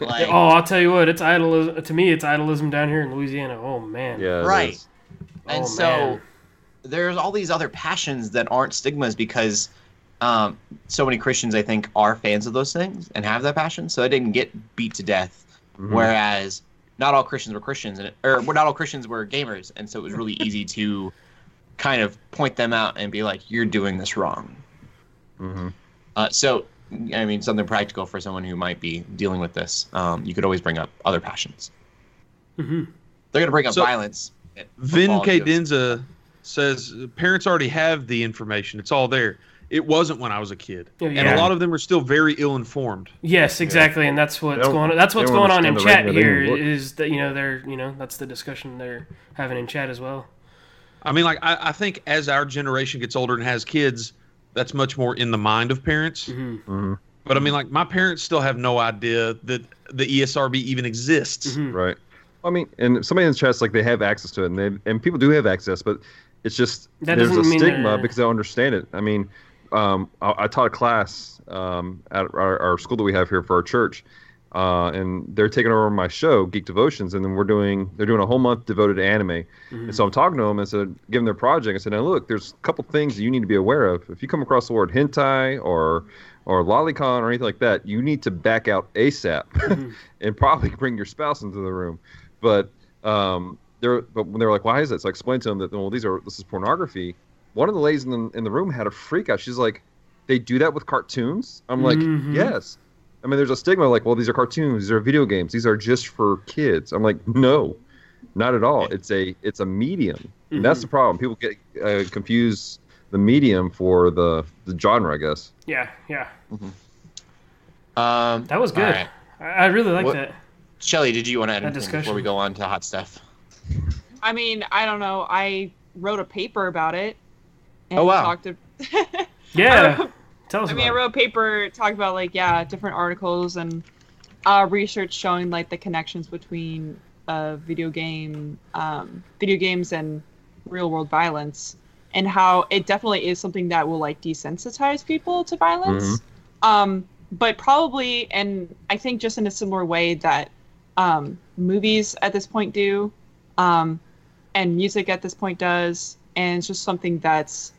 like
oh, I'll tell you what, it's idolism to me, it's idolism down here in Louisiana. Oh man,
Yeah. it
Right.
is.
and
Oh,
so
man.
there's all these other passions that aren't stigmas because um, so many Christians I think are fans of those things and have that passion, so they didn't get beat to death.
Mhm.
Mm-hmm.
Whereas not all Christians were Christians, and or well, not all Christians were gamers, and so it was really easy to kind of point them out and be like, "You're doing this wrong."
Mhm.
Uh, so, I mean, something practical for someone who might be dealing with this. Um, you could always bring up other passions.
Mhm.
They're going to bring up
So-
violence.
Vin
Football
K.
gives-
Denza says parents already have the information. It's all there. it wasn't when I was a kid,
Yeah.
and a lot of them are still very ill informed.
Yes, exactly, and that's what's
They don't-
going. On. That's
they
what's
don't
going on in
understand the
chat
regular
here
English book.
is that you know they're you know that's the discussion they're having in chat as well.
I mean, like I, I think as our generation gets older and has kids, that's much more in the mind of parents.
Mhm.
Mhm.
But I mean, like my parents still have no idea that the E ESRB even exists.
Mhm.
Right. I mean, and somebody in the chat's like they have access to it, and they, and people do have access, but it's just
That
there's a
doesn't mean
stigma
they're-
because they don't understand it. I mean, um, I, I taught a class um, at our, our school that we have here for our church, uh, and they're taking over my show, Geek Devotions, and then we're doing they're doing a whole month devoted to anime.
Mhm.
And so I'm talking to them and said, give them their project. I said, now look, there's a couple things that you need to be aware of. If you come across the word hentai or or lolicon or anything like that, you need to back out ASAP
Mhm.
and probably bring your spouse into the room. But um, they're but when they're like, why is that? So I explained to them that well, these are this is pornography. One of the ladies in the, in the room had a freak out. She's like, they do that with cartoons. I'm like,
Mhm.
yes. I mean, there's a stigma like, well, these are cartoons, these are video games, these are just for kids. I'm like, no, not at all. It's a it's a medium, and that's the problem. People get uh, confuse the medium for the the genre, I guess.
Yeah, yeah,
Um,
that was good.
Alright.
I, I really like
What-
that.
Shelly, did you want to add
That
anything before
discussion.
we go on to hot stuff?
I mean, I don't know. I wrote a paper about it. And
Oh, wow.
Talked ab- I
Yeah,
wrote-
tell us
I mean, I
about.
wrote a paper talked about like yeah, different articles and uh, research showing like the connections between uh, video game, um, video games and real world violence, and how it definitely is something that will like desensitize people to violence.
Mm-hmm.
Um, but probably, and I think just in a similar way that um, movies at this point do, um, and music at this point does, and it's just something that's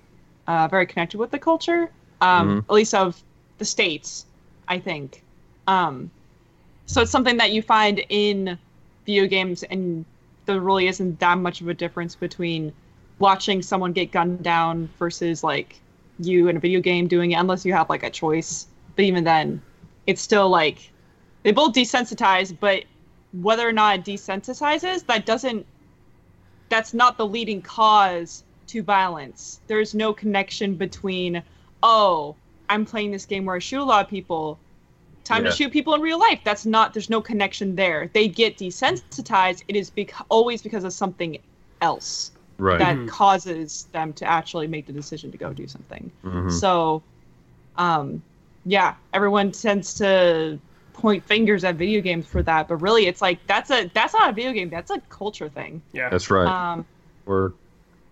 uh, very connected with the culture, um, at least of the states, I think. Um, so it's something that you find in video games, and there really isn't that much of a difference between watching someone get gunned down versus like you in a video game doing it, unless you have like a choice. But even then, it's still like they both desensitize, but whether or not it desensitizes, that doesn't that's not the leading cause to violence. There's no connection between, oh, I'm playing this game where I shoot a lot of people. Time
Yeah.
to shoot people in real life. That's not. There's no connection there. They get desensitized. It is bec- always because of something else
Right.
that
Mhm.
causes them to actually make the decision to go do something.
Mhm.
So, um, yeah, everyone tends to point fingers at video games for that, but really, it's like that's a that's not a video game. That's a culture thing.
Yeah,
That's right.
Um,
We're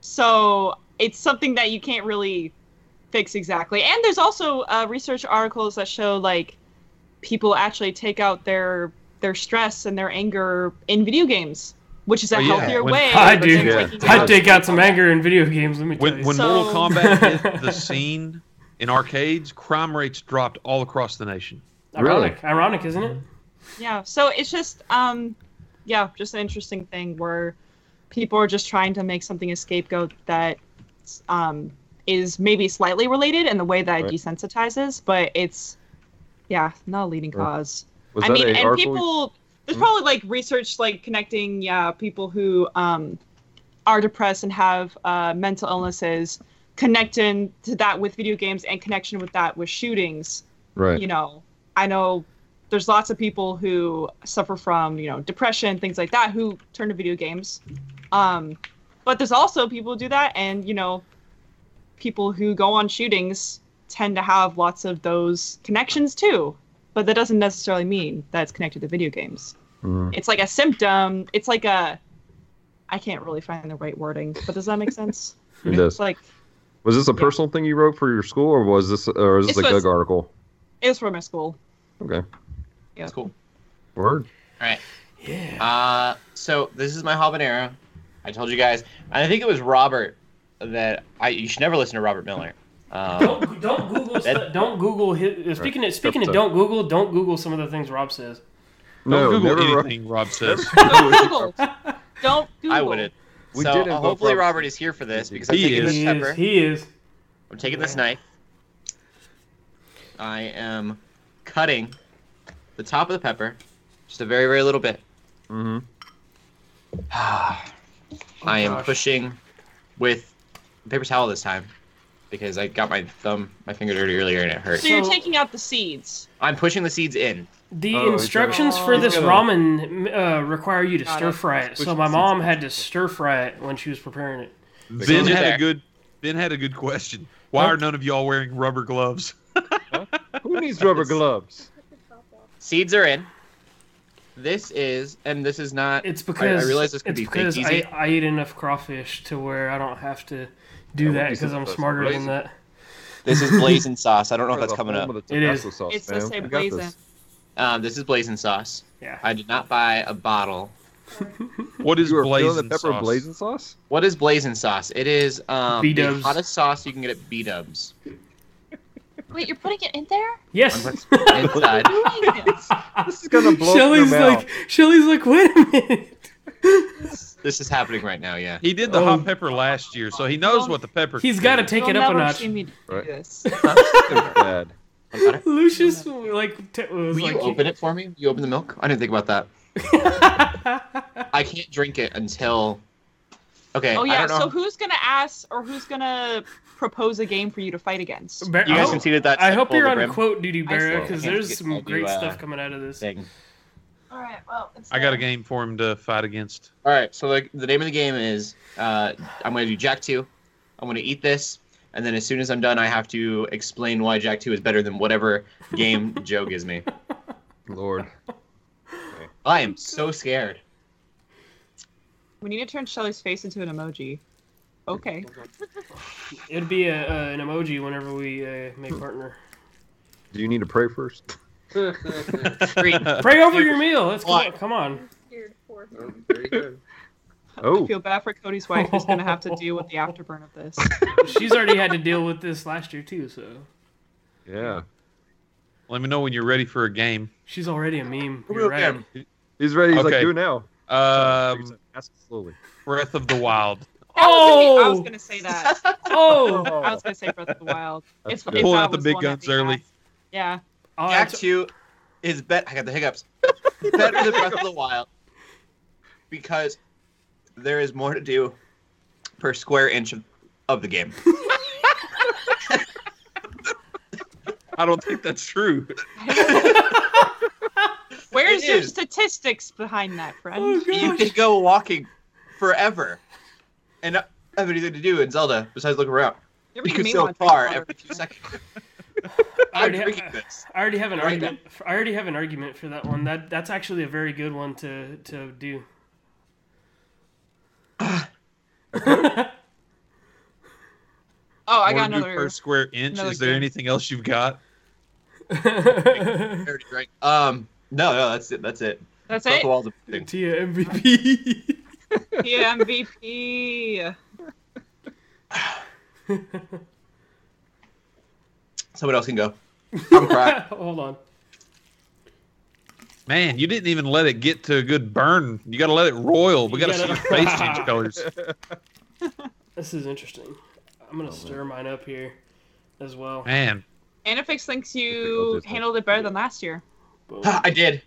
so it's something that you can't really fix exactly. And there's also uh, research articles that show like people actually take out their their stress and their anger in video games, which is a
Oh, yeah.
healthier
When-
way.
I
than
do.
taking
Yeah.
out-
I take out some anger in video games. Let me tell
When,
you.
when
So-
Mortal Kombat hit the scene in arcades, crime rates dropped all across the nation.
ironic, ironic, isn't it?
Yeah. So it's just um, yeah, just an interesting thing where people are just trying to make something a scapegoat that um is maybe slightly related in the way that it
Right.
desensitizes, but it's yeah, not a leading
Right.
cause.
was
I
that
mean,
a
and
article?
people there's
Hmm?
probably like research like connecting yeah people who um, are depressed and have uh, mental illnesses connecting to that with video games and connection with that with shootings.
right.
You know, I know there's lots of people who suffer from you know depression things like that who turn to video games. Um, but there's also people who do that, and you know, people who go on shootings tend to have lots of those connections too. But that doesn't necessarily mean that it's connected to video games.
Mhm.
It's like a symptom. It's like a I can't really find the right wording, but does that make sense?
It does.
It's like
Was this a
Yeah.
personal thing you wrote for your school, or was this, or is this
This
a
was-
Gug article?
it was for my school.
Okay.
Yeah.
That's cool.
Word.
All right.
Yeah.
Uh, so this is my habanero. I told you guys, and I think it was Robert that I. You should never listen to Robert Miller. Um,
don't don't Google
That-
stu- don't Google his, speaking of, speaking of
Crypto.
don't Google don't Google some of the things Rob says.
Don't
No,
Google
never.
anything, Rob says.
Don't Google. Don't Google.
I wouldn't.
We
so
did
uh,
invoke
hopefully
Robert.
Robert is here for this because I'm
He
taking
is.
this
He
pepper.
is. He is.
I'm taking this
Yeah.
knife. I am cutting the top of the pepper, just a very very little bit.
hmm
I am
gosh.
Oh
pushing with paper towel this time because I got my thumb, my finger dirty earlier and it hurt.
So you're
So-
taking out the seeds.
I'm pushing the seeds in.
The
Oh, he's
instructions
gonna-
for
he's
this
gonna-
ramen uh, require you to
Got
stir
it.
fry it. So
Push
my
the
mom
seeds
had to stir fry it when she was preparing it.
Ben
Because-
had
There.
a good Ben had a good question. Why are none of y'all wearing rubber gloves?
Who needs rubber gloves?
Seeds are in. This is, and this is not.
It's because
I realize this could
it's
be fake
because I,
easy.
I eat enough crawfish to where I don't have to
Yeah,
do
we
that that
use
because
it
I'm
for us.
smarter
Blazing.
than that.
This is blazing sauce. I don't know if
Part of
that's
the
coming
home
up.
of the
It is.
Tabasco sauce,
It's the
man.
same
We got
blazing.
this.
Um, this is blazing sauce.
Yeah.
I did not buy a bottle.
What is
You are feeling the
blazing
pepper
sauce?
blazing sauce?
What is blazing sauce? It is um, the
B-dubs.
hottest sauce you can get at B Dubs.
Wait, you're putting it in there?
Yes.
Inside.
This is gonna blow
Shelly's
up your mouth.
like Shelly's like wait a minute.
this is happening right now, yeah.
He did the
Oh.
hot pepper last year, so he knows what the pepper.
He's got to take it
You'll
up a
never
notch.
see me do
Right.
this.
Bad.
Lucius like t- was
Will
like
you open it for me? You open the milk? I didn't think about that. I can't drink it until. Okay.
Oh
I
yeah.
don't
So
know.
who's gonna ask or who's gonna propose a game for you to fight against?
Bar-
you guys
I, hope-
conceded that.
I hope
full
you're on
rim
quote duty, Barra,
see.
because
I
there's
can't
some
get-
great
I'll do,
stuff
uh,
coming out of this.
thing.
All right. Well, it's
I got a game for him to fight against.
All right. So like the name of the game is uh, I'm going to do Jack Two. I'm going to eat this, and then as soon as I'm done, I have to explain why Jack Two is better than whatever game Joe gives me.
Lord.
I am so scared.
We need to turn Shelly's face into an emoji. Okay.
It'd be a, uh, an emoji whenever we uh, make partner.
Do you need to pray first?
Three.
Pray over your meal. Let's
Why?
come, come on.
Oh,
I feel bad for Cody's wife who's gonna have to deal with the afterburn of this.
She's already had to deal with this last year too, so
yeah.
Let me know when you're ready for a game.
she's already a meme.
Who
You're
will
right.
win?
He's ready. He's like,
Okay.
do it now. He's
Um,
like, Ask slowly.
Breath of the Wild.
That was gonna be- I was
Oh!
gonna say that.
Oh,
I was gonna say Breath of the Wild.
That's
It's,
good.
it's
Pulling out
that
the
was
big
one that
guns
they
early.
asked. Yeah.
oh
Jack
that's,
Two is bet. I got the hiccups. Better than Breath of the Wild because there is more to do per square inch of, of the game.
I don't think that's true.
Where's
It
your
is.
statistics behind that, friend?
Oh,
You
gosh.
could go walking forever and not have anything to do in Zelda besides look around.
You're
You
making
could
me
so
wanna drink
far
water.
every few seconds.
I
I'm
already have-
drinking this.
I already have an
Already
argument. I already have an argument for that one. That that's actually a very good one to to do.
Oh, I got
Wanna do
another.
per square inch.
another
Is there
game.
anything else you've got?
I already drank. Um, no, no, that's it. That's it.
That's
Breath of
it.
the Wild's a thing.
Tia MVP.
Yeah, MVP.
Someone else can go. I'm crying.
Hold on.
Man, you didn't even let it get to a good burn. You got to let it roil. We
You
got to see your
gotta-
face change colors.
This is interesting. I'm gonna stir mine up here as well.
Man,
Anifix thinks
I'll
you
just-
handled it better than last year.
Boom.
I did.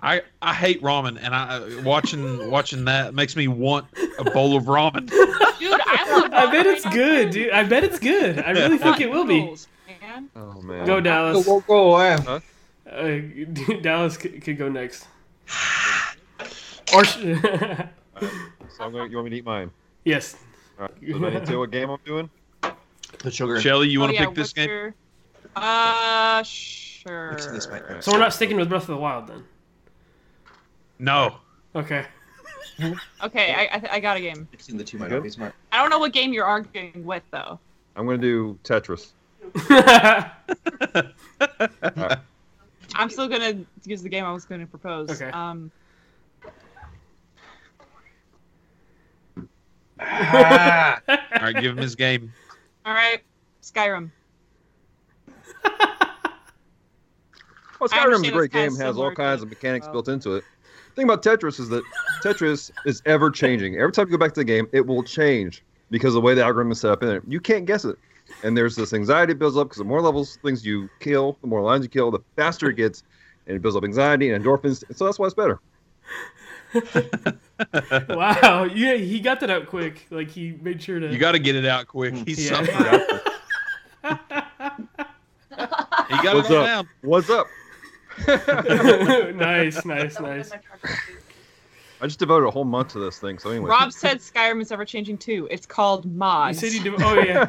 I, I hate ramen, and I uh, watching watching that makes me want a bowl of ramen.
Dude, I love.
I bet it's good, dude. I bet it's good. I really think it will be.
Man.
Oh man.
Go Dallas.
go away.
Uh, dude, Dallas could, could go next. Or sh-
So I'm gonna, you want me to eat mine?
yes.
All right. Does I need to know what game I'm doing?
The sugar.
Shelly, you
Oh,
want to
yeah,
pick this
what's
game?
your- Uh, sure.
Mix this might-
So we're not sticking with Breath of the Wild then.
No.
Okay.
Okay, I, I, I got a game.
Mixing the two might
Good.
not be smart.
I don't know what game you're arguing with though.
I'm gonna do Tetris.
okay.
I'm still gonna use the game I was gonna propose.
Okay.
Um,
All right, give him his game.
all right, Skyrim.
Well,
I
Skyrim's a
understand
great
it's kinda
game. Has all
similar
kinds
to- Oh.
of mechanics built into it. The thing about Tetris is that Tetris is ever changing. Every time you go back to the game, it will change because of the way the algorithm is set up in it. You can't guess it. And there's this anxiety that builds up because the more levels things you kill, the more lines you kill, the faster it gets, and it builds up anxiety and endorphins. So that's why it's better.
wow, yeah, he got that out quick. Like he made sure to.
You got to get it out quick. He's
Yeah.
suffering. He got
What's
it all
up?
down.
What's up?
nice, nice, nice.
I just devoted a whole month to this thing. So anyway,
Rob said Skyrim is ever changing too. It's called
You
mods.
said you did. Oh yeah,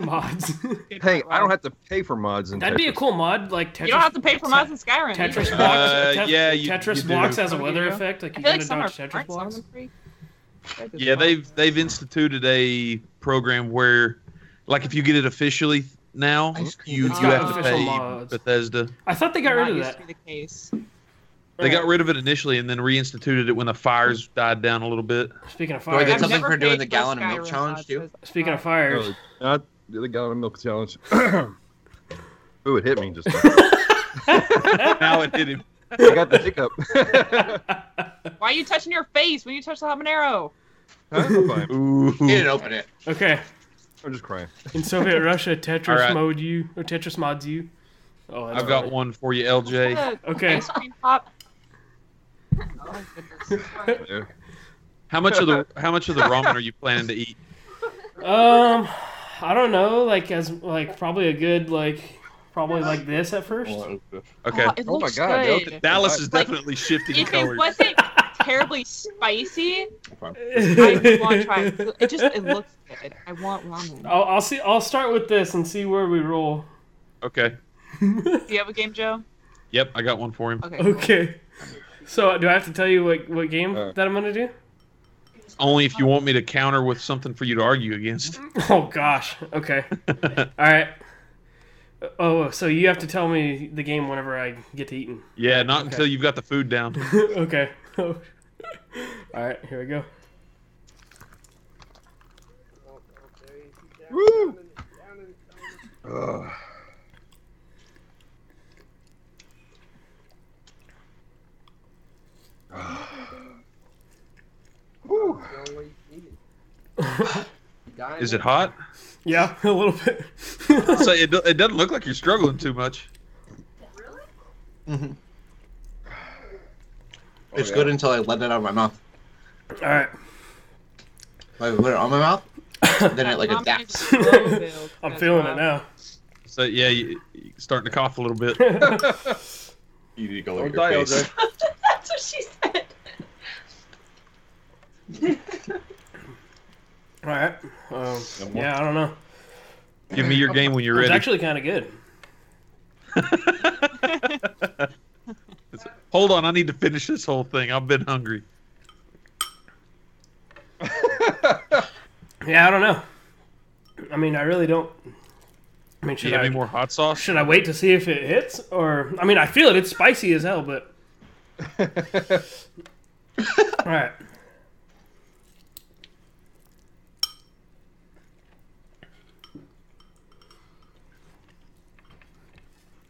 mods.
hey, I don't have to pay for mods and
That'd be a cool mod, like Tetris.
You don't have to pay for mods in Skyrim.
Tetris blocks.
Uh,
Tet-
yeah, you-
Tetris
you do.
blocks has a
Oh,
weather
yeah.
effect. Like
I
you
feel
gotta
like some are
dodge
free.
Tetris
Some of
blocks.
them free.
Yeah, they've they've instituted a program where, like, if you get it officially now, you you
It's got
have to
official
pay
mods.
Bethesda.
I thought they got
Not
rid of
used
that.
to be the case.
They got rid of it initially and then reinstituted it when the fires died down a little bit.
Speaking of
Oh,
Do I
fire,
get
I've
something
never
for doing
paid
the gallon of milk
Skyrim
challenge,
mods,
too?
because-
speaking of
No,
fire,
they- not the gallon of milk challenge. Ooh, it hit me just.
now it hit him.
I got the hiccup.
Why are you touching your face when you touch the habanero?
I'm fine.
Ooh.
He didn't open it.
okay.
I'm just crying.
In Soviet Russia, Tetris
All right.
mode you or Tetris mods you. Oh, that's
I've got
right.
one for you, LJ.
Uh,
Okay.
Ice cream pop. Oh, my goodness.
Yeah.
How much of the how much of the ramen are you planning to eat?
Um, I don't know. Like as like probably a good like probably like this at first.
Okay.
Oh, it
Oh my
looks
God,
good.
Delta-
Dallas is
Like,
definitely shifting
If it
colors.
wasn't terribly spicy, I would want to try it.
I'll,
It just it looks good. I want ramen.
I'll see. I'll start with this and see where we roll.
Okay.
Do you have a game, Joe?
Yep, I got one for him.
Okay.
Okay. So do I have to tell you what what game
Uh.
that I'm gonna do?
Only if you want me to counter with something for you to argue against.
Oh gosh. Okay.
Mm-hmm.
All right. Oh, so you have to tell me the game whenever I get to eating.
Yeah, not
Okay.
until you've got the food down.
okay. All right. Here we go.
Woo! Ugh. Woo.
Is it hot?
Yeah, a little bit.
So it, do- it doesn't look like you're struggling too much.
It's
yeah.
good until I let it out of my mouth.
All right.
Like, I put it on my mouth, then it like
Ramen
adapts.
is low build,
I'm
because,
feeling
uh,
it now.
So yeah, you, you're starting to cough a little bit.
You need to go
Don't
look
die,
at your face.
LJ.
That's what she said.
All right. Um,
more?
yeah, I don't know.
Give me your game when you're
It's
ready.
actually kind of good.
Hold on, I need to finish this whole thing. I've been hungry.
Yeah, I don't know. I mean, I really don't. I mean,
Do
should
you have
I
any more hot sauce?
should I wait to see if it hits, or I mean, I feel it. It's spicy as hell, but all right.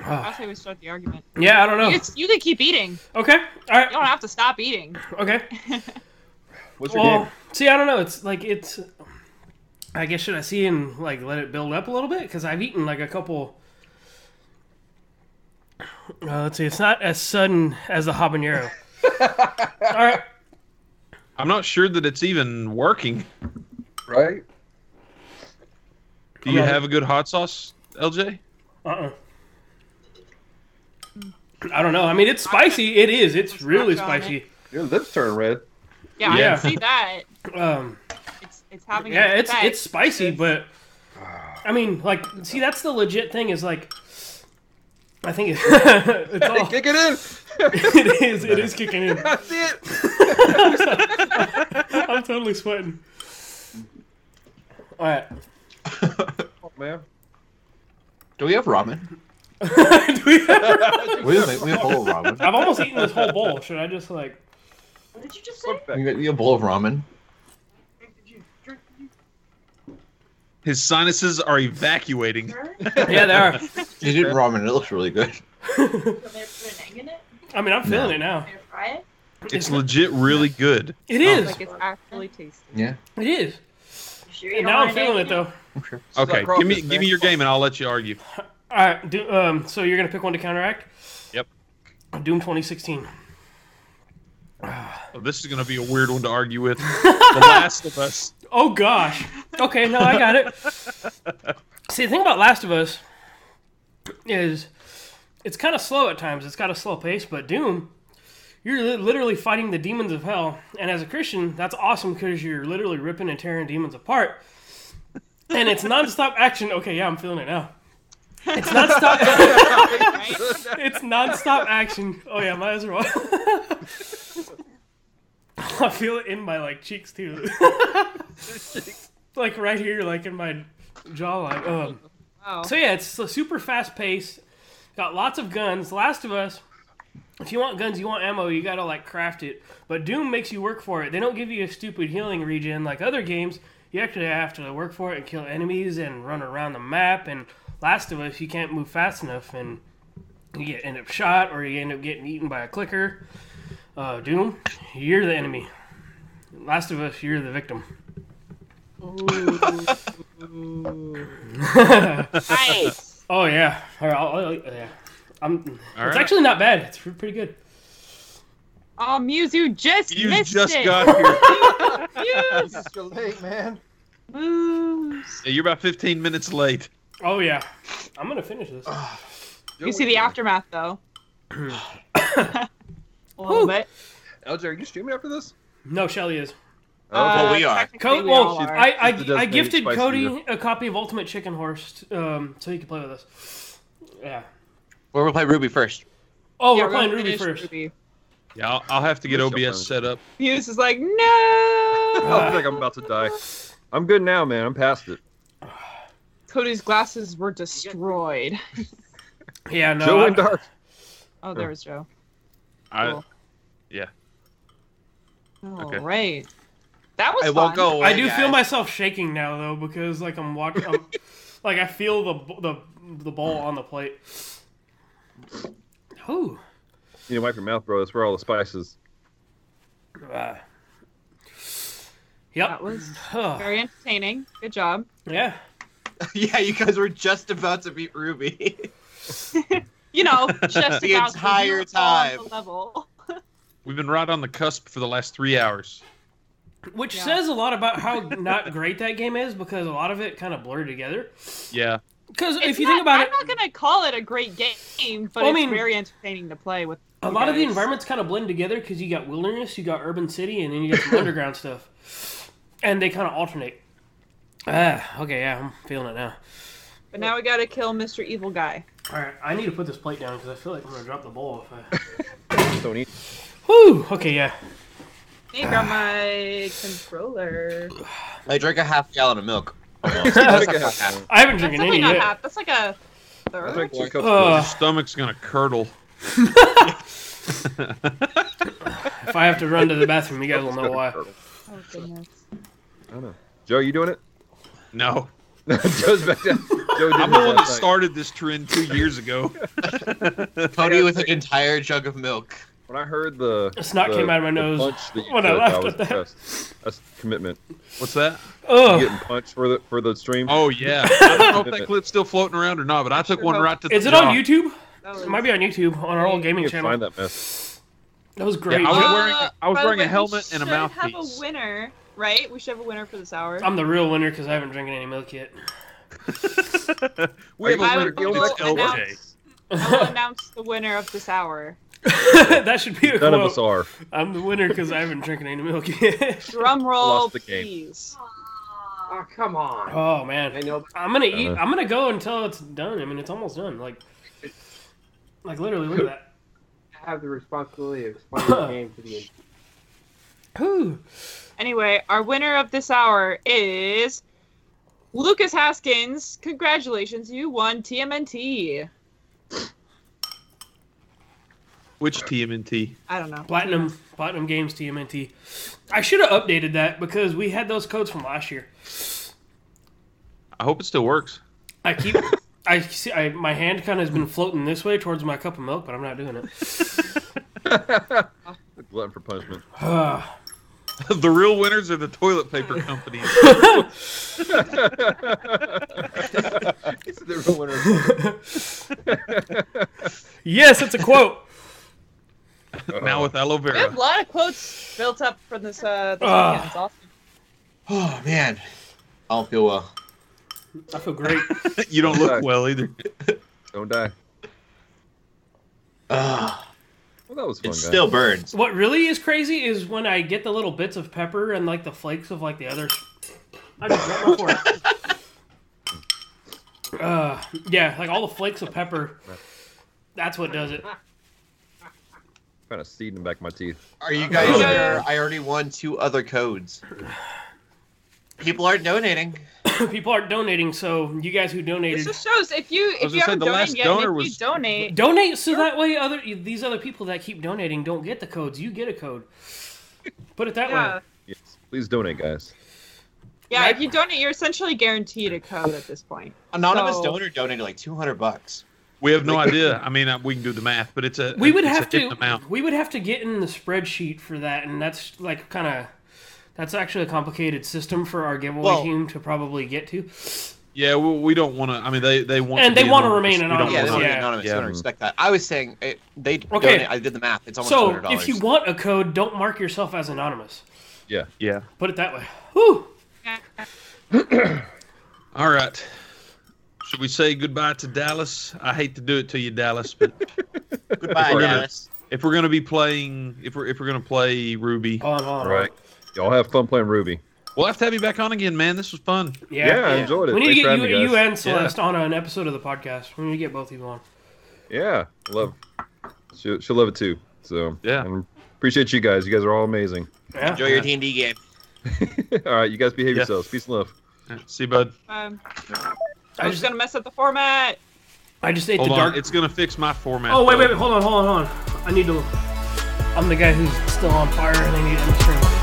I say we start the argument.
Yeah, I don't know.
You, can- you can keep eating.
Okay, all
You
right,
don't have to stop eating.
okay.
What's your
Well,
game?
see, I don't know. It's like it's. I guess should I see and like let it build up a little bit because I've eaten like a couple. Uh, let's see. It's not as sudden as the habanero. all right.
I'm not sure that it's even working.
Right?
Do you
Okay.
have a good hot sauce, LJ?
Uh-uh. I don't know. I mean, it's spicy. It is. It's really
Sriracha on
spicy.
Your lips turn red.
Yeah, I
Yeah.
can see that.
Um,
It's it's having.
yeah,
an
it's
effect.
it's spicy, but
Ah.
I mean, like, see, that's the legit thing. Is like, I think it,
Hey,
it's all,
kick it in.
it is. It is kicking in.
I see it.
I'm totally sweating. All right.
Oh, man.
Do we have ramen?
Do we-
We have, we have a bowl of ramen.
I've almost eaten this whole bowl. Should I just like?
What did you just say?
We got- we have a bowl of ramen.
His sinuses are evacuating.
Yeah, they are.
You did ramen. It looks really good.
Put an egg in it?
I mean, I'm feeling it now.
Air fry it?
It's legit really good.
It is.
like it's actually tasty.
Yeah.
It is.
You sure you
And
don't
now I'm
want an
feeling
egg
it
in
though.
like
Okay, give me
crawfish,
give me
man.
your game and I'll let you argue.
All right, do, um, so you're gonna pick one to counteract.
Yep.
Doom 2016. Ah,
Oh, this is going to be a weird one to argue with. the Last of Us.
Oh gosh. Okay, no, I got it. See, the thing about Last of Us is it's kind of slow at times. It's got a slow pace, but Doom, you're li- literally fighting the demons of hell. And as a Christian, that's awesome because you're literally ripping and tearing demons apart. And it's nonstop action. Okay, yeah, I'm feeling it now. It's nonstop. it's nonstop action. Oh yeah, might as well. I feel it in my like cheeks too, like right here, like in my jawline. Um,
Oh.
Wow.
so yeah, it's a super fast pace. Got lots of guns. Last of Us. If you want guns, you want ammo, you gotta like craft it. But Doom makes you work for it. They don't give you a stupid healing regen like other games. You actually have to work for it and kill enemies and run around the map. And Last of Us, you can't move fast enough, and you get end up shot or you end up getting eaten by a clicker. Uh, Doom, you're the enemy. Last of Us, you're the victim.
nice.
Oh yeah, All right, I'll- I'll- yeah. I'm,
All right.
it's actually not bad. It's re- pretty good.
Oh, Muse, you just
You
missed
just
it.
got here.
Muse.
You're late, man.
Muse.
Yeah, You're about 15 minutes late.
Oh yeah, I'm gonna finish this.
You see the aftermath though. a
Whew.
little bit.
LJ, are you streaming after this?
No, Shelly is. Oh,
well, we
Uh,
are.
technically
Co-
we
well,
all are.
I, I,
She's the
I
designated
gifted
spice
Cody
leader.
a copy of Ultimate Chicken Horse, um, so he could play with us. Yeah.
We're gonna play Ruby first.
Oh,
Yeah,
we're playing
gonna
Ruby
finish
first.
Ruby.
Yeah, I'll, I'll have to get
Where's your
OBS set up.
Muse is like, no.
Uh,
I feel like I'm about to die. I'm good now, man. I'm past it.
Cody's glasses were destroyed.
Yeah, no.
Joe
I-
and Dark.
Oh,
Hmm.
there was Joe.
I,
Cool.
yeah.
All
Okay.
right. That was
It
fun.
won't go away.
I do feel
guys.
myself shaking now though because like I'm walking, I'm, like I feel the b- the the bowl on the plate. Ooh.
You know, wipe your mouth, bro. That's where all the spices.
Ah.
That
yep.
was
Huh.
very entertaining. Good job.
Yeah.
yeah, you guys were just about to beat Ruby.
You know, just
The
about to
entire
be on
time.
the level.
We've been right on the cusp for the last three hours.
Which
Yeah.
says a lot about how not great that game is because a lot of it kind of blurred together.
Yeah.
Because if
It's
you
not-
think about
I'm
it,
not gonna call it a great game, but
Well, I
it's
mean,
very entertaining to play with.
a
you
lot of the
guys.
environments kind of blend together because you got wilderness, you got urban city, and then you got some underground stuff, and they kind of alternate. Ah, okay, yeah, I'm feeling it now.
But now we gotta kill Mr. Evil Guy.
All right, I need to put this plate down because I feel like I'm gonna drop the bowl. If I...
Don't eat.
Whew. Okay, yeah.
Hey, grab my controller.
I drank a half gallon of milk.
That's
That's not half.
I haven't
That's
drinking
only
any
not
yet.
half. That's like a
I
third.
drank two cups
Ugh.
Your stomach's going to curdle.
If I have to run to the bathroom, you guys will know why.
of this.
Oh goodness.
I don't know. Joe, you doing it?
No.
Joe's back down. Joe did
I'm the one that started this trend two years ago.
Cody with an entire jug of milk.
When I heard the
A snot
the-
came out of my
the
nose
punch that you
when I
took,
laughed
was
at that. Oh.
impressed. That's commitment.
What's that?
You
Ugh.
getting punched for the for the stream.
Oh, yeah. I don't know if that clip's still floating around or not, but I took one right to the
Is it on
jaw.
YouTube?
That was-
It might be on YouTube on our old gaming
you can find
channel.
that mess.
That was great.
I was
Uh,
wearing a- I was
by the
wearing a
way, we
helmet and a
should have
mouthpiece.
a winner, right? We should have a winner for this hour.
I'm the real winner because I haven't drinking any milk yet.
We have
I
a winner.
will
It's LJ.
announce- I will announce the winner of this hour.
Oh, that should be a
None of us are.
quote. I'm the winner because I haven't drinking any milk yet.
Drum roll,
Lost the game.
please.
Aw.
Oh, come on.
oh
I
man,
know.
I'm gonna eat.
Uh-huh.
I'm gonna go until it's done. I mean, it's almost done. Like, like literally, look at that.
I have the responsibility of explaining the game to the.
Whew.
Anyway, our winner of this hour is Lucas Haskins. Congratulations, you won TMNT.
Which TMNT?
I don't know.
Platinum, platinum games TMNT. I should have updated that because we had those codes from last year.
I hope it still works.
I keep. I see. I, my hand kind of has been floating this way towards my cup of milk, but I'm not doing it.
Glutton for punishment.
Ah.
the real winners are the toilet paper companies.
It's the real winner.
yes, it's a quote.
now with aloe
We have a
vera.
lot of quotes built up from this. Uh, this
Ah.
weekend. It's awesome.
Oh man, I don't feel well.
I feel great.
you don't look well either.
Don't die.
Ugh,
Well, that was fun.
it
guys.
still burns.
what really is crazy is when I get the little bits of pepper and like the flakes of like the other. I just dropped my fork. Uh, yeah, like all the flakes of pepper. That's what does it.
kind of seed in the back of my teeth.
Are you guys
Yeah.
sure? I already won two other codes. People aren't donating.
People are donating, so you guys who
This
donated,
just shows if you
I was
if you
gonna say,
haven't
the
donated
last
yet, and
donor
if you
was-
donate,
donate so that way other these other people that keep donating don't get the codes. You get a code. Put it that
yeah,
way.
Yes. Please donate, guys.
yeah, if you donate, you're essentially guaranteed a code at this point.
Anonymous
So-
donor donated like two hundred bucks.
We have no idea. I mean, I, we can do the math, but it's a
We would
it's a
have to
hidden amount.
we would have to get in the spreadsheet for that, and that's like kind of that's actually a complicated system for our giveaway
Well-
team to probably get to.
Yeah, we, we don't want to. I mean, they they want
And
to
they
be
wanna
anonymous.
remain
We don't
yeah,
Oh,
they
yeah.
wanna-
wanted anonymous.
Yeah.
I don't expect that. I was saying it, they
Okay.
donate. I did the math. It's almost two
So
hundred dollars.
if you want a code, don't mark yourself as anonymous.
yeah.
Put it that way. Whew.
All right. Should we say goodbye to Dallas? I hate to do it to you, Dallas, but
Goodbye,
We're gonna-
Dallas.
if we're gonna be playing, if we're if we're gonna play Ruby,
On, on,
All
on.
right. Y'all have fun playing Ruby.
we'll have to have you back on again, man. This was fun.
Yeah.
Yeah, I enjoyed it.
We need
Thanks for
to
having
get
me,
you,
guys.
you and Celeste on an episode of the podcast. We need to get both of you on.
Yeah. Love. She'll, she'll love it too. So
Yeah.
and appreciate you guys. You guys are all amazing.
Yeah.
Enjoy your D and D game.
all right. You guys behave
Yeah.
yourselves. Peace and love.
All right, See, you, bud.
Um,
I
I'm just
just
gonna mess up the format.
I just ate
Hold
the
on,
dark.
it's gonna fix my format.
Oh wait,
though.
wait, wait, hold on, hold on, hold on. I need to. I'm the guy who's still on fire, and I need to end the stream.